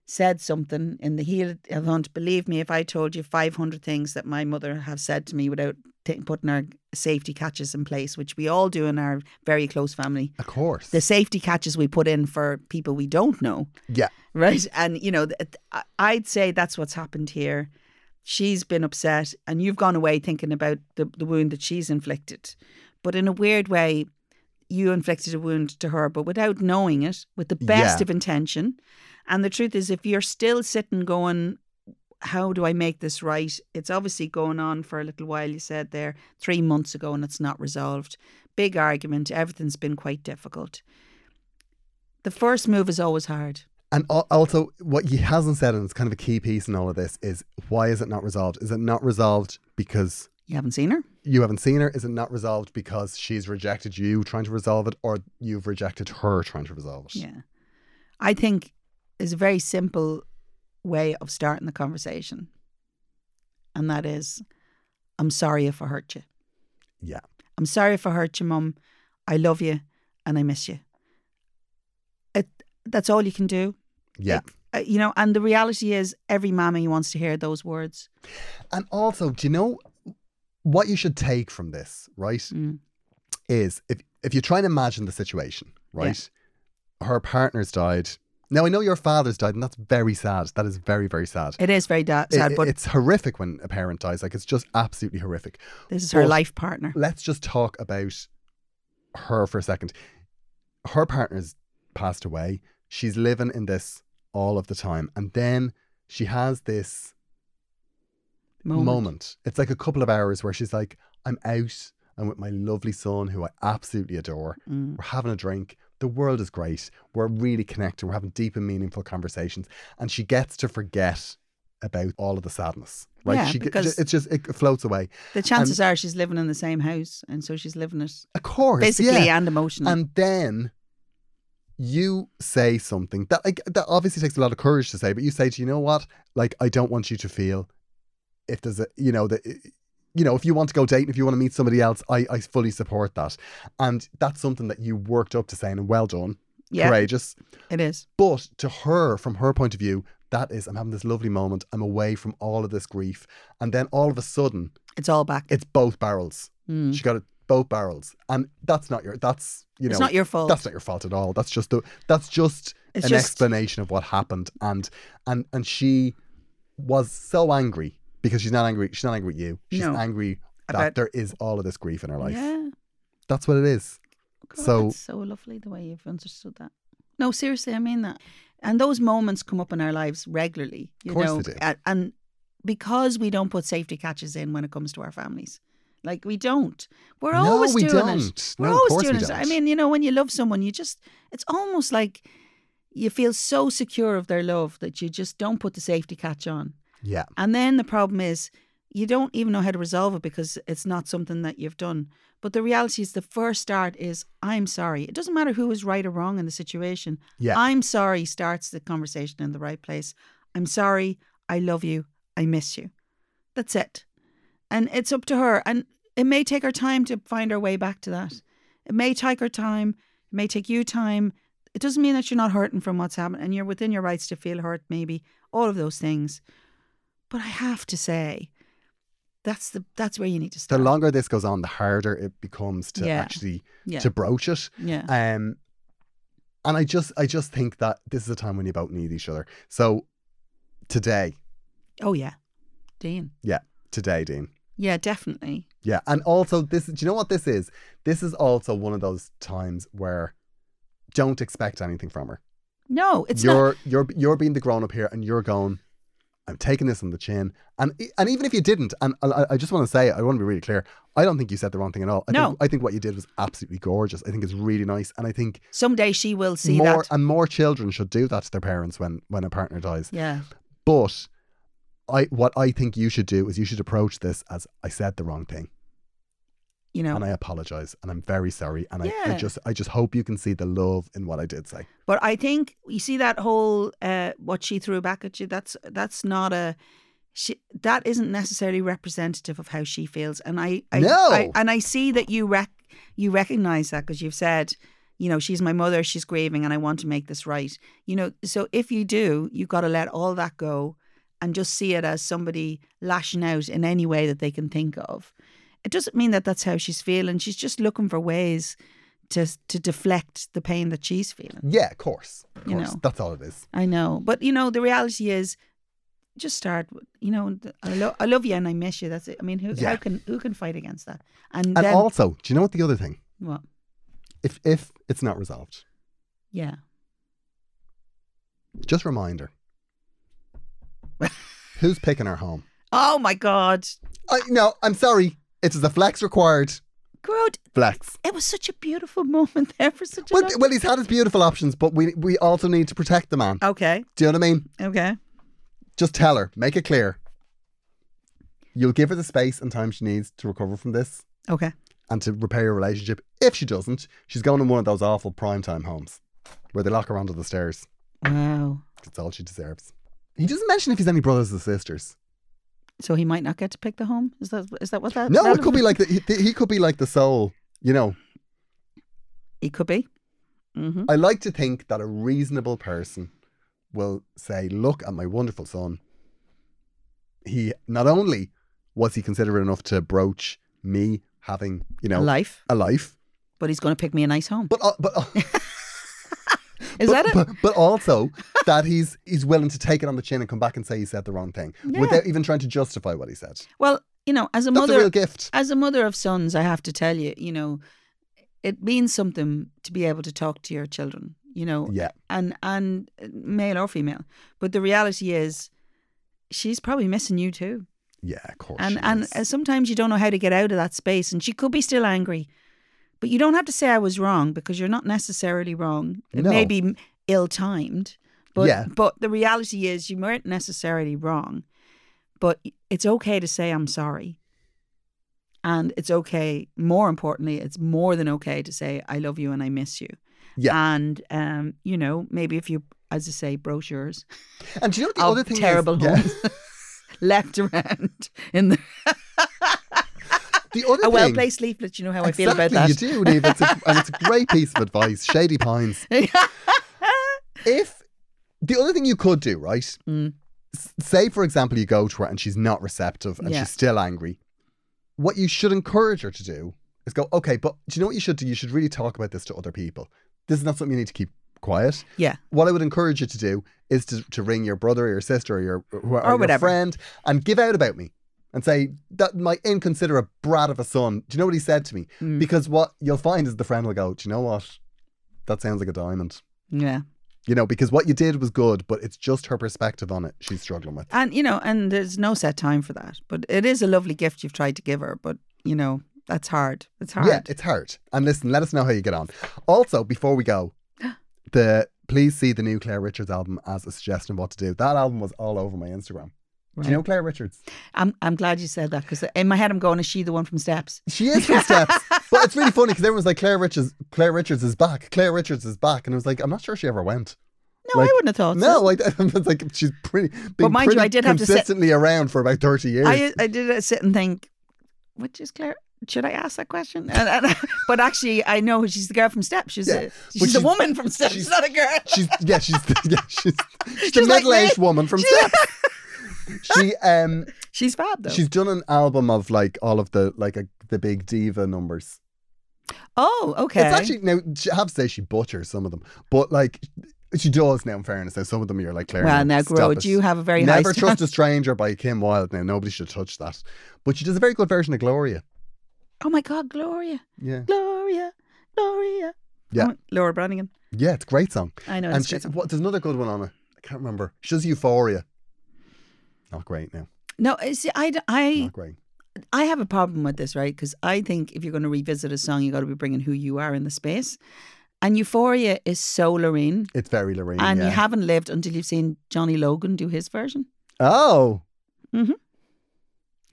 [SPEAKER 3] said something in the heel of hunt. Believe me, if I told you five hundred things that my mother have said to me without ta- putting our safety catches in place, which we all do in our very close family.
[SPEAKER 2] Of course.
[SPEAKER 3] The safety catches we put in for people we don't know
[SPEAKER 2] yeah.
[SPEAKER 3] right? And you know, th- I- I'd say that's what's happened here. She's been upset, and you've gone away thinking about the, the wound that she's inflicted. But in a weird way, you inflicted a wound to her, but without knowing it, with the best
[SPEAKER 2] Yeah.
[SPEAKER 3] of intention. And the truth is, if you're still sitting going, how do I make this right? It's obviously going on for a little while, you said there, three months ago, and it's not resolved. Big argument. Everything's been quite difficult. The first move is always hard.
[SPEAKER 2] And al- also, what he hasn't said, and it's kind of a key piece in all of this, is why is it not resolved? Is it not resolved because
[SPEAKER 3] You haven't seen her?
[SPEAKER 2] you haven't seen her? Is it not resolved because she's rejected you trying to resolve it, or you've rejected her trying to resolve it?
[SPEAKER 3] Yeah. I think is a very simple way of starting the conversation. And that is, I'm sorry if I hurt you.
[SPEAKER 2] Yeah.
[SPEAKER 3] I'm sorry if I hurt you, Mum. I love you and I miss you. It, that's all you can do.
[SPEAKER 2] Yeah.
[SPEAKER 3] Uh, you know, and the reality is every mammy wants to hear those words.
[SPEAKER 2] And also, do you know what you should take from this, right?
[SPEAKER 3] Mm.
[SPEAKER 2] Is if if you try and imagine the situation, right? Her partner's died. Now I know your father's died, and that's very sad. That is very, very sad.
[SPEAKER 3] It is very da- sad,
[SPEAKER 2] It-
[SPEAKER 3] but
[SPEAKER 2] it's horrific when a parent dies. Like it's just absolutely horrific.
[SPEAKER 3] this is her
[SPEAKER 2] but-
[SPEAKER 3] life partner.
[SPEAKER 2] Let's just talk about her for a second. Her partner's passed away. She's living in this all of the time. And then she has this
[SPEAKER 3] Moment.
[SPEAKER 2] moment. It's like a couple of hours where she's like, I'm out. I'm with my lovely son who I absolutely adore.
[SPEAKER 3] Mm.
[SPEAKER 2] We're having a drink. The world is great. We're really connected. We're having deep and meaningful conversations. And she gets to forget about all of the sadness. Right?
[SPEAKER 3] Yeah,
[SPEAKER 2] she ge-
[SPEAKER 3] because-
[SPEAKER 2] it's just it floats away.
[SPEAKER 3] The chances are she's living in the same house, and so she's living it
[SPEAKER 2] Of course.
[SPEAKER 3] physically
[SPEAKER 2] yeah.
[SPEAKER 3] and emotionally.
[SPEAKER 2] And then you say something that like, that obviously takes a lot of courage to say, but you say to you know what, like I don't want you to feel if there's a you know that you know if you want to go dating, if you want to meet somebody else, I I fully support that, and that's something that you worked up to saying, and well done,
[SPEAKER 3] yeah,
[SPEAKER 2] courageous.
[SPEAKER 3] it is.
[SPEAKER 2] But to her, from her point of view, that is I'm having this lovely moment, I'm away from all of this grief, and then all of a sudden
[SPEAKER 3] It's all back.
[SPEAKER 2] it's both barrels.
[SPEAKER 3] Mm.
[SPEAKER 2] She got it both barrels, and that's not your that's you know
[SPEAKER 3] it's not your fault.
[SPEAKER 2] that's not your fault at all. That's just the that's just
[SPEAKER 3] It's
[SPEAKER 2] an
[SPEAKER 3] just-
[SPEAKER 2] explanation of what happened. And and and she was so angry because she's not angry. She's not angry at you. She's
[SPEAKER 3] No.
[SPEAKER 2] angry that
[SPEAKER 3] About-
[SPEAKER 2] there is all of this grief in her life.
[SPEAKER 3] Yeah.
[SPEAKER 2] That's what it is.
[SPEAKER 3] God,
[SPEAKER 2] So-
[SPEAKER 3] that's so lovely the way you've understood that. No, seriously, I mean that. And those moments come up in our lives regularly. You
[SPEAKER 2] course
[SPEAKER 3] know,
[SPEAKER 2] they do.
[SPEAKER 3] a- and because we don't put safety catches in when it comes to our families. Like we don't. We're
[SPEAKER 2] No,
[SPEAKER 3] always
[SPEAKER 2] we
[SPEAKER 3] doing
[SPEAKER 2] don't.
[SPEAKER 3] it. We're
[SPEAKER 2] No, of course
[SPEAKER 3] always
[SPEAKER 2] we
[SPEAKER 3] doing it.
[SPEAKER 2] don't.
[SPEAKER 3] I mean, you know, when you love someone, you just it's almost like you feel so secure of their love that you just don't put the safety catch on.
[SPEAKER 2] Yeah.
[SPEAKER 3] And then the problem is you don't even know how to resolve it because it's not something that you've done. But the reality is the first start is I'm sorry. It doesn't matter who is right or wrong in the situation.
[SPEAKER 2] Yeah.
[SPEAKER 3] I'm sorry starts the conversation in the right place. I'm sorry. I love you. I miss you. That's it. And it's up to her. And it may take her time to find her way back to that. It may take her time. It may take you time. It doesn't mean that you're not hurting from what's happened and you're within your rights to feel hurt, maybe, all of those things. But I have to say, that's the that's where you need to
[SPEAKER 2] The
[SPEAKER 3] start.
[SPEAKER 2] longer this goes on, the harder it becomes to
[SPEAKER 3] Yeah.
[SPEAKER 2] actually
[SPEAKER 3] yeah.
[SPEAKER 2] to broach it.
[SPEAKER 3] yeah.
[SPEAKER 2] Um, and I just I just think that this is a time when you both need each other. So today,
[SPEAKER 3] Oh yeah. Dean.
[SPEAKER 2] today, Dean.
[SPEAKER 3] Yeah, definitely.
[SPEAKER 2] Yeah, and also this. Do you know what this is? This is also one of those times where don't expect anything from her.
[SPEAKER 3] No, it's not
[SPEAKER 2] you're you're you're being the grown up here, and you're going. I'm taking this on the chin, and and even if you didn't, and I- I, I just want to say, I want to be really clear. I don't think you said the wrong thing at all. I
[SPEAKER 3] No.
[SPEAKER 2] think, I think what you did was absolutely gorgeous. I think it's really nice, and I think
[SPEAKER 3] someday she will see
[SPEAKER 2] more
[SPEAKER 3] that.
[SPEAKER 2] and more children should do that to their parents when when a partner dies.
[SPEAKER 3] Yeah.
[SPEAKER 2] But I what I think you should do is you should approach this as I said the wrong thing.
[SPEAKER 3] You know.
[SPEAKER 2] and I apologize and I'm very sorry and I, I
[SPEAKER 3] Yeah.
[SPEAKER 2] just I just hope you can see the love in what I did say.
[SPEAKER 3] But I think you see that whole uh, what she threw back at you. That's that's not a she, that isn't necessarily representative of how she feels. And I, I,
[SPEAKER 2] No.
[SPEAKER 3] I and I see that you rec- you recognize that because you've said, you know, she's my mother, she's grieving, and I want to make this right. You know, so if you do, you've got to let all that go and just see it as somebody lashing out in any way that they can think of. It doesn't mean that that's how she's feeling. She's just looking for ways to to deflect the pain that she's feeling.
[SPEAKER 2] Yeah, of course. Of
[SPEAKER 3] You
[SPEAKER 2] course.
[SPEAKER 3] know.
[SPEAKER 2] That's all it is.
[SPEAKER 3] I know, but you know, the reality is, just start. with, You know, th- I, lo- I love you and I miss you. That's it. I mean, who
[SPEAKER 2] Yeah.
[SPEAKER 3] how can who can fight against that? And,
[SPEAKER 2] And
[SPEAKER 3] then
[SPEAKER 2] also, do you know what the other thing?
[SPEAKER 3] what?
[SPEAKER 2] If if it's not resolved,
[SPEAKER 3] Yeah,
[SPEAKER 2] just remind
[SPEAKER 3] [LAUGHS]
[SPEAKER 2] her. Who's picking her home?
[SPEAKER 3] Oh my God,
[SPEAKER 2] I, no, I'm sorry. It's the flex required.
[SPEAKER 3] God!
[SPEAKER 2] Flex.
[SPEAKER 3] It was such a beautiful [LAUGHS] moment there for such a.
[SPEAKER 2] Well,
[SPEAKER 3] long-
[SPEAKER 2] well, he's had his beautiful options, but we we also need to protect the man.
[SPEAKER 3] okay,
[SPEAKER 2] Do you know what I mean?
[SPEAKER 3] okay.
[SPEAKER 2] Just tell her, make it clear. You'll give her the space and time she needs to recover from this
[SPEAKER 3] Okay.
[SPEAKER 2] and to repair your relationship. If she doesn't, she's going in one of those awful primetime homes where they lock her onto the stairs.
[SPEAKER 3] Wow.
[SPEAKER 2] That's all she deserves. He doesn't mention if he's any brothers or sisters.
[SPEAKER 3] So he might not get to pick the home. Is that is that what that?
[SPEAKER 2] No,
[SPEAKER 3] that
[SPEAKER 2] it could be like the, he, he could be like the soul. You know,
[SPEAKER 3] It could be. Mm-hmm.
[SPEAKER 2] I like to think that a reasonable person will say, "Look at my wonderful son. He not only was he considerate enough to broach me having, you know,
[SPEAKER 3] Life,
[SPEAKER 2] a life,
[SPEAKER 3] but he's going to pick me a nice home.
[SPEAKER 2] but al- but uh, al-
[SPEAKER 3] Is
[SPEAKER 2] but,
[SPEAKER 3] that it?
[SPEAKER 2] But, but also that he's he's willing to take it on the chin and come back and say he said the wrong thing
[SPEAKER 3] Yeah.
[SPEAKER 2] without even trying to justify what he said.
[SPEAKER 3] well, you know, as a
[SPEAKER 2] That's
[SPEAKER 3] mother,
[SPEAKER 2] a real gift.
[SPEAKER 3] as a mother of sons, I have to tell you, you know, it means something to be able to talk to your children, you know,
[SPEAKER 2] Yeah,
[SPEAKER 3] and and uh, male or female. But the reality is, she's probably missing you too,
[SPEAKER 2] yeah, of course.
[SPEAKER 3] and
[SPEAKER 2] she
[SPEAKER 3] and
[SPEAKER 2] is.
[SPEAKER 3] uh, sometimes you don't know how to get out of that space, and she could be still angry, but you don't have to say I was wrong because you're not necessarily wrong. It may
[SPEAKER 2] No.
[SPEAKER 3] be ill timed, but
[SPEAKER 2] Yeah.
[SPEAKER 3] but the reality is you weren't necessarily wrong, but it's okay to say I'm sorry. And it's okay. More importantly, it's more than okay to say I love you and I miss you.
[SPEAKER 2] Yeah.
[SPEAKER 3] And um, you know, maybe if you, as I say, brochures
[SPEAKER 2] and do you know what the
[SPEAKER 3] of
[SPEAKER 2] other thing
[SPEAKER 3] terrible
[SPEAKER 2] is?
[SPEAKER 3] [LAUGHS] homes left around in the
[SPEAKER 2] The other
[SPEAKER 3] a
[SPEAKER 2] thing,
[SPEAKER 3] well placed leaflet. You know how I feel about that.
[SPEAKER 2] You do, Niamh. It's
[SPEAKER 3] [LAUGHS]
[SPEAKER 2] a, and it's a great piece of advice. Shady Pines. If the other thing you could do, right?
[SPEAKER 3] Mm.
[SPEAKER 2] S- Say, for example, you go to her and she's not receptive and
[SPEAKER 3] Yeah.
[SPEAKER 2] she's still angry. What you should encourage her to do is go, okay, but do you know what you should do? You should really talk about this to other people. This is not something you need to keep quiet.
[SPEAKER 3] Yeah.
[SPEAKER 2] What I would encourage you to do is to, to ring your brother or your sister or your, or
[SPEAKER 3] Or
[SPEAKER 2] your
[SPEAKER 3] whatever.
[SPEAKER 2] friend and give out about me and say, that my inconsiderate brat of a son, do you know what he said to me?
[SPEAKER 3] Mm.
[SPEAKER 2] Because what you'll find is the friend will go, Do you know what? That sounds like a diamond.
[SPEAKER 3] Yeah.
[SPEAKER 2] You know, because what you did was good, but it's just her perspective on it she's struggling with.
[SPEAKER 3] And you know, and there's no set time for that. But it is a lovely gift you've tried to give her. But you know, that's hard. It's hard.
[SPEAKER 2] Yeah, it's hard. And listen, let us know how you get on. Also, before we
[SPEAKER 3] [GASPS]
[SPEAKER 2] go, the please see the new Claire Richards album as a suggestion of what to do. That album was all over my Instagram. Do you know Claire Richards?
[SPEAKER 3] I'm I'm glad you said that because in my head I'm going, is she the one from Steps?
[SPEAKER 2] She is from
[SPEAKER 3] [LAUGHS]
[SPEAKER 2] Steps, but it's really funny because everyone's like, Claire Richards, Claire Richards is back. Claire Richards is back, and I was like, I'm not sure she ever went.
[SPEAKER 3] No,
[SPEAKER 2] Like,
[SPEAKER 3] I wouldn't have thought. so.
[SPEAKER 2] No, I, [LAUGHS] it's like she's pretty. Been
[SPEAKER 3] mind you,
[SPEAKER 2] pretty
[SPEAKER 3] I did have to sit-
[SPEAKER 2] consistently around for about thirty years.
[SPEAKER 3] I uh, I did sit and think, which is Claire? Should I ask that question? And, and, [LAUGHS] but actually, I know she's the girl from Steps. She's
[SPEAKER 2] Yeah,
[SPEAKER 3] a,
[SPEAKER 2] but
[SPEAKER 3] she's, a
[SPEAKER 2] she's-
[SPEAKER 3] woman from Steps,
[SPEAKER 2] she's-
[SPEAKER 3] not a girl.
[SPEAKER 2] she's yeah, she's [LAUGHS] yeah, she's, she's the
[SPEAKER 3] She's like
[SPEAKER 2] middle-aged woman from Steps.
[SPEAKER 3] [LAUGHS]
[SPEAKER 2] she um
[SPEAKER 3] She's fab though.
[SPEAKER 2] she's done an album of like all of the like a, the big diva numbers.
[SPEAKER 3] oh, okay.
[SPEAKER 2] It's actually now I have to say she butchers some of them, but like she does now. In fairness, now some of them you're like Claire.
[SPEAKER 3] well, now,
[SPEAKER 2] stop
[SPEAKER 3] Grode,
[SPEAKER 2] it.
[SPEAKER 3] you have a very high
[SPEAKER 2] Never
[SPEAKER 3] standard.
[SPEAKER 2] trust a stranger by Kim Wilde. Now nobody should touch that, but she does a very good version of Gloria.
[SPEAKER 3] [LAUGHS] Oh my God, Gloria,
[SPEAKER 2] Yeah,
[SPEAKER 3] Gloria, Gloria.
[SPEAKER 2] Yeah.
[SPEAKER 3] Oh, Laura Branigan.
[SPEAKER 2] yeah, it's a great song.
[SPEAKER 3] I know.
[SPEAKER 2] and
[SPEAKER 3] it's
[SPEAKER 2] she,
[SPEAKER 3] great song.
[SPEAKER 2] what, there's another good one on it. I can't remember. She does Euphoria. Not great now.
[SPEAKER 3] No, uh, see, I, d- I,
[SPEAKER 2] Not great.
[SPEAKER 3] I have a problem with this, right? Because I think if you're going to revisit a song, you got to be bringing who you are in the space. And Euphoria is so Lorraine,
[SPEAKER 2] It's very Lorraine.
[SPEAKER 3] and
[SPEAKER 2] yeah.
[SPEAKER 3] you haven't lived until you've seen Johnny Logan do his version.
[SPEAKER 2] Oh.
[SPEAKER 3] Mhm.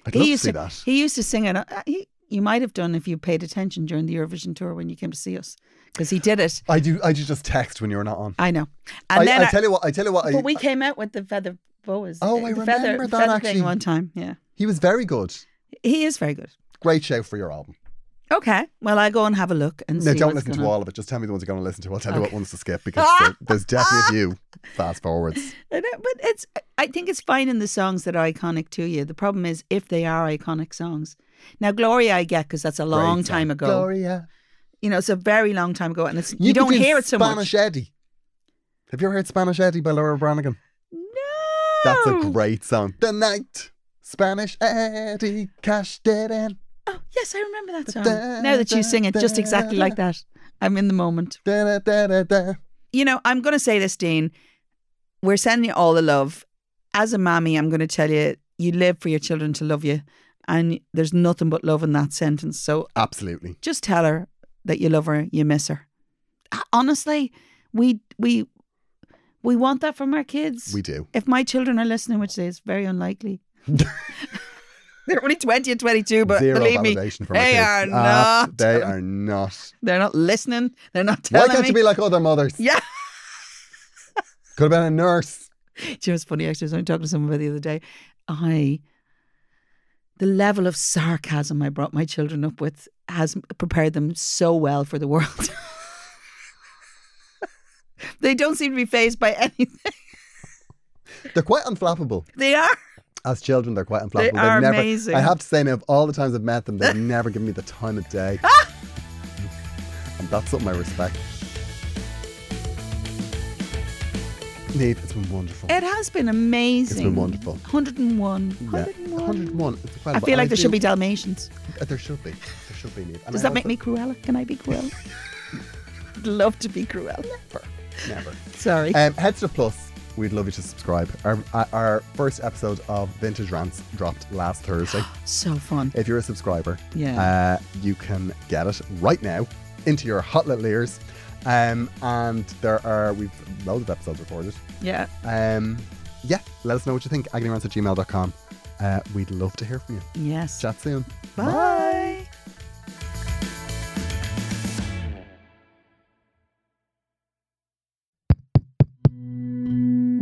[SPEAKER 2] I'd love to
[SPEAKER 3] used
[SPEAKER 2] see that.
[SPEAKER 3] He used to sing it. uh, He, you might have done if you paid attention during the Eurovision tour when you came to see us, because he did it.
[SPEAKER 2] I do. I do just text when you're not on.
[SPEAKER 3] I know. And
[SPEAKER 2] I,
[SPEAKER 3] then,
[SPEAKER 2] I
[SPEAKER 3] I-
[SPEAKER 2] tell you what. I tell you what. I,
[SPEAKER 3] but we came out with the feather Boas. uh,
[SPEAKER 2] Oh, I
[SPEAKER 3] The feather-
[SPEAKER 2] remember that
[SPEAKER 3] feather
[SPEAKER 2] actually.
[SPEAKER 3] Thing one time, yeah.
[SPEAKER 2] He was very good.
[SPEAKER 3] He is very good.
[SPEAKER 2] Great show for your album.
[SPEAKER 3] Okay, well, I go and have a look and
[SPEAKER 2] No,
[SPEAKER 3] see.
[SPEAKER 2] don't
[SPEAKER 3] what's
[SPEAKER 2] listen to
[SPEAKER 3] going on.
[SPEAKER 2] all of it. Just tell me the ones you're going to listen to. I'll tell you what
[SPEAKER 3] Okay.
[SPEAKER 2] ones to skip because there- there's definitely
[SPEAKER 3] [LAUGHS]
[SPEAKER 2] a few fast forwards.
[SPEAKER 3] I know, Uh, But it's, I think it's finding the songs that are iconic to you. The problem is if they are iconic songs. Now, Gloria, I get because that's a long
[SPEAKER 2] Great song.
[SPEAKER 3] time ago.
[SPEAKER 2] Gloria.
[SPEAKER 3] You know, it's a very long time ago, and it's you,
[SPEAKER 2] could
[SPEAKER 3] don't
[SPEAKER 2] do
[SPEAKER 3] hear it so
[SPEAKER 2] Spanish
[SPEAKER 3] much.
[SPEAKER 2] Eddie. Have you ever heard Spanish Eddie by Laura Branigan?
[SPEAKER 3] No,
[SPEAKER 2] That's a great song. The night. Spanish Eddie cashed it in.
[SPEAKER 3] Oh, yes, I remember that
[SPEAKER 2] Da,
[SPEAKER 3] song.
[SPEAKER 2] da,
[SPEAKER 3] now that you sing it, just
[SPEAKER 2] da,
[SPEAKER 3] exactly like that. I'm in the moment.
[SPEAKER 2] Da, da, da, da, da.
[SPEAKER 3] You know, I'm going to say this, Dean. We're sending you all the love. As a mammy, I'm going to tell you, you live for your children to love you, and there's nothing but love in that sentence. So
[SPEAKER 2] Absolutely.
[SPEAKER 3] just tell her that you love her, you miss her. Honestly, we we we want that from our kids.
[SPEAKER 2] We do.
[SPEAKER 3] if my children are listening, which is very
[SPEAKER 2] [LAUGHS]
[SPEAKER 3] unlikely. They're only 20 and 22, but
[SPEAKER 2] Zero
[SPEAKER 3] believe me,
[SPEAKER 2] validation from
[SPEAKER 3] they
[SPEAKER 2] our
[SPEAKER 3] are
[SPEAKER 2] kids. Ah,
[SPEAKER 3] not.
[SPEAKER 2] They are not.
[SPEAKER 3] They're not listening. They're not
[SPEAKER 2] Why
[SPEAKER 3] telling
[SPEAKER 2] can't
[SPEAKER 3] me.
[SPEAKER 2] you be like other mothers?
[SPEAKER 3] yeah.
[SPEAKER 2] Could have been a nurse.
[SPEAKER 3] Do you know what's funny? Actually, I was only talking to someone about it the other day. I, the level of sarcasm I brought my children up with has prepared them so well for the world. [LAUGHS] they don't seem to be phased by [LAUGHS] anything.
[SPEAKER 2] They're quite unflappable.
[SPEAKER 3] They are.
[SPEAKER 2] As children, they're quite unflappable.
[SPEAKER 3] They
[SPEAKER 2] They've
[SPEAKER 3] are
[SPEAKER 2] never,
[SPEAKER 3] amazing.
[SPEAKER 2] I have to say, now, of all the times I've met
[SPEAKER 3] [LAUGHS]
[SPEAKER 2] them, they've never given me the time of day.
[SPEAKER 3] Ah!
[SPEAKER 2] and that's something I respect. Neve, it's been wonderful.
[SPEAKER 3] It has been amazing.
[SPEAKER 2] It's been wonderful.
[SPEAKER 3] 101.
[SPEAKER 2] Yeah,
[SPEAKER 3] 101.
[SPEAKER 2] 101. It's
[SPEAKER 3] I
[SPEAKER 2] incredible.
[SPEAKER 3] feel
[SPEAKER 2] And
[SPEAKER 3] like there should be
[SPEAKER 2] feel-
[SPEAKER 3] Dalmatians.
[SPEAKER 2] uh, There should be. There should be,
[SPEAKER 3] [LAUGHS]
[SPEAKER 2] Neve. And
[SPEAKER 3] Does
[SPEAKER 2] I
[SPEAKER 3] that make
[SPEAKER 2] also-
[SPEAKER 3] me Cruella? Can I
[SPEAKER 2] [LAUGHS]
[SPEAKER 3] be Cruella? I'd love to be Cruella. [LAUGHS]
[SPEAKER 2] Never.
[SPEAKER 3] Sorry.
[SPEAKER 2] Um, Heads Up Plus, we'd love you to subscribe. Our, uh, our first episode of Vintage Rants dropped last Thursday.
[SPEAKER 3] so fun.
[SPEAKER 2] If you're a subscriber,
[SPEAKER 3] Yeah.
[SPEAKER 2] uh, you can get it right now into your hot little ears. Um, and there are, we've loads of episodes recorded.
[SPEAKER 3] Yeah.
[SPEAKER 2] Um, yeah, let us know what you think. Agonyrants at gmail.com. Uh, we'd love to hear from you.
[SPEAKER 3] Yes.
[SPEAKER 2] Chat soon.
[SPEAKER 3] Bye.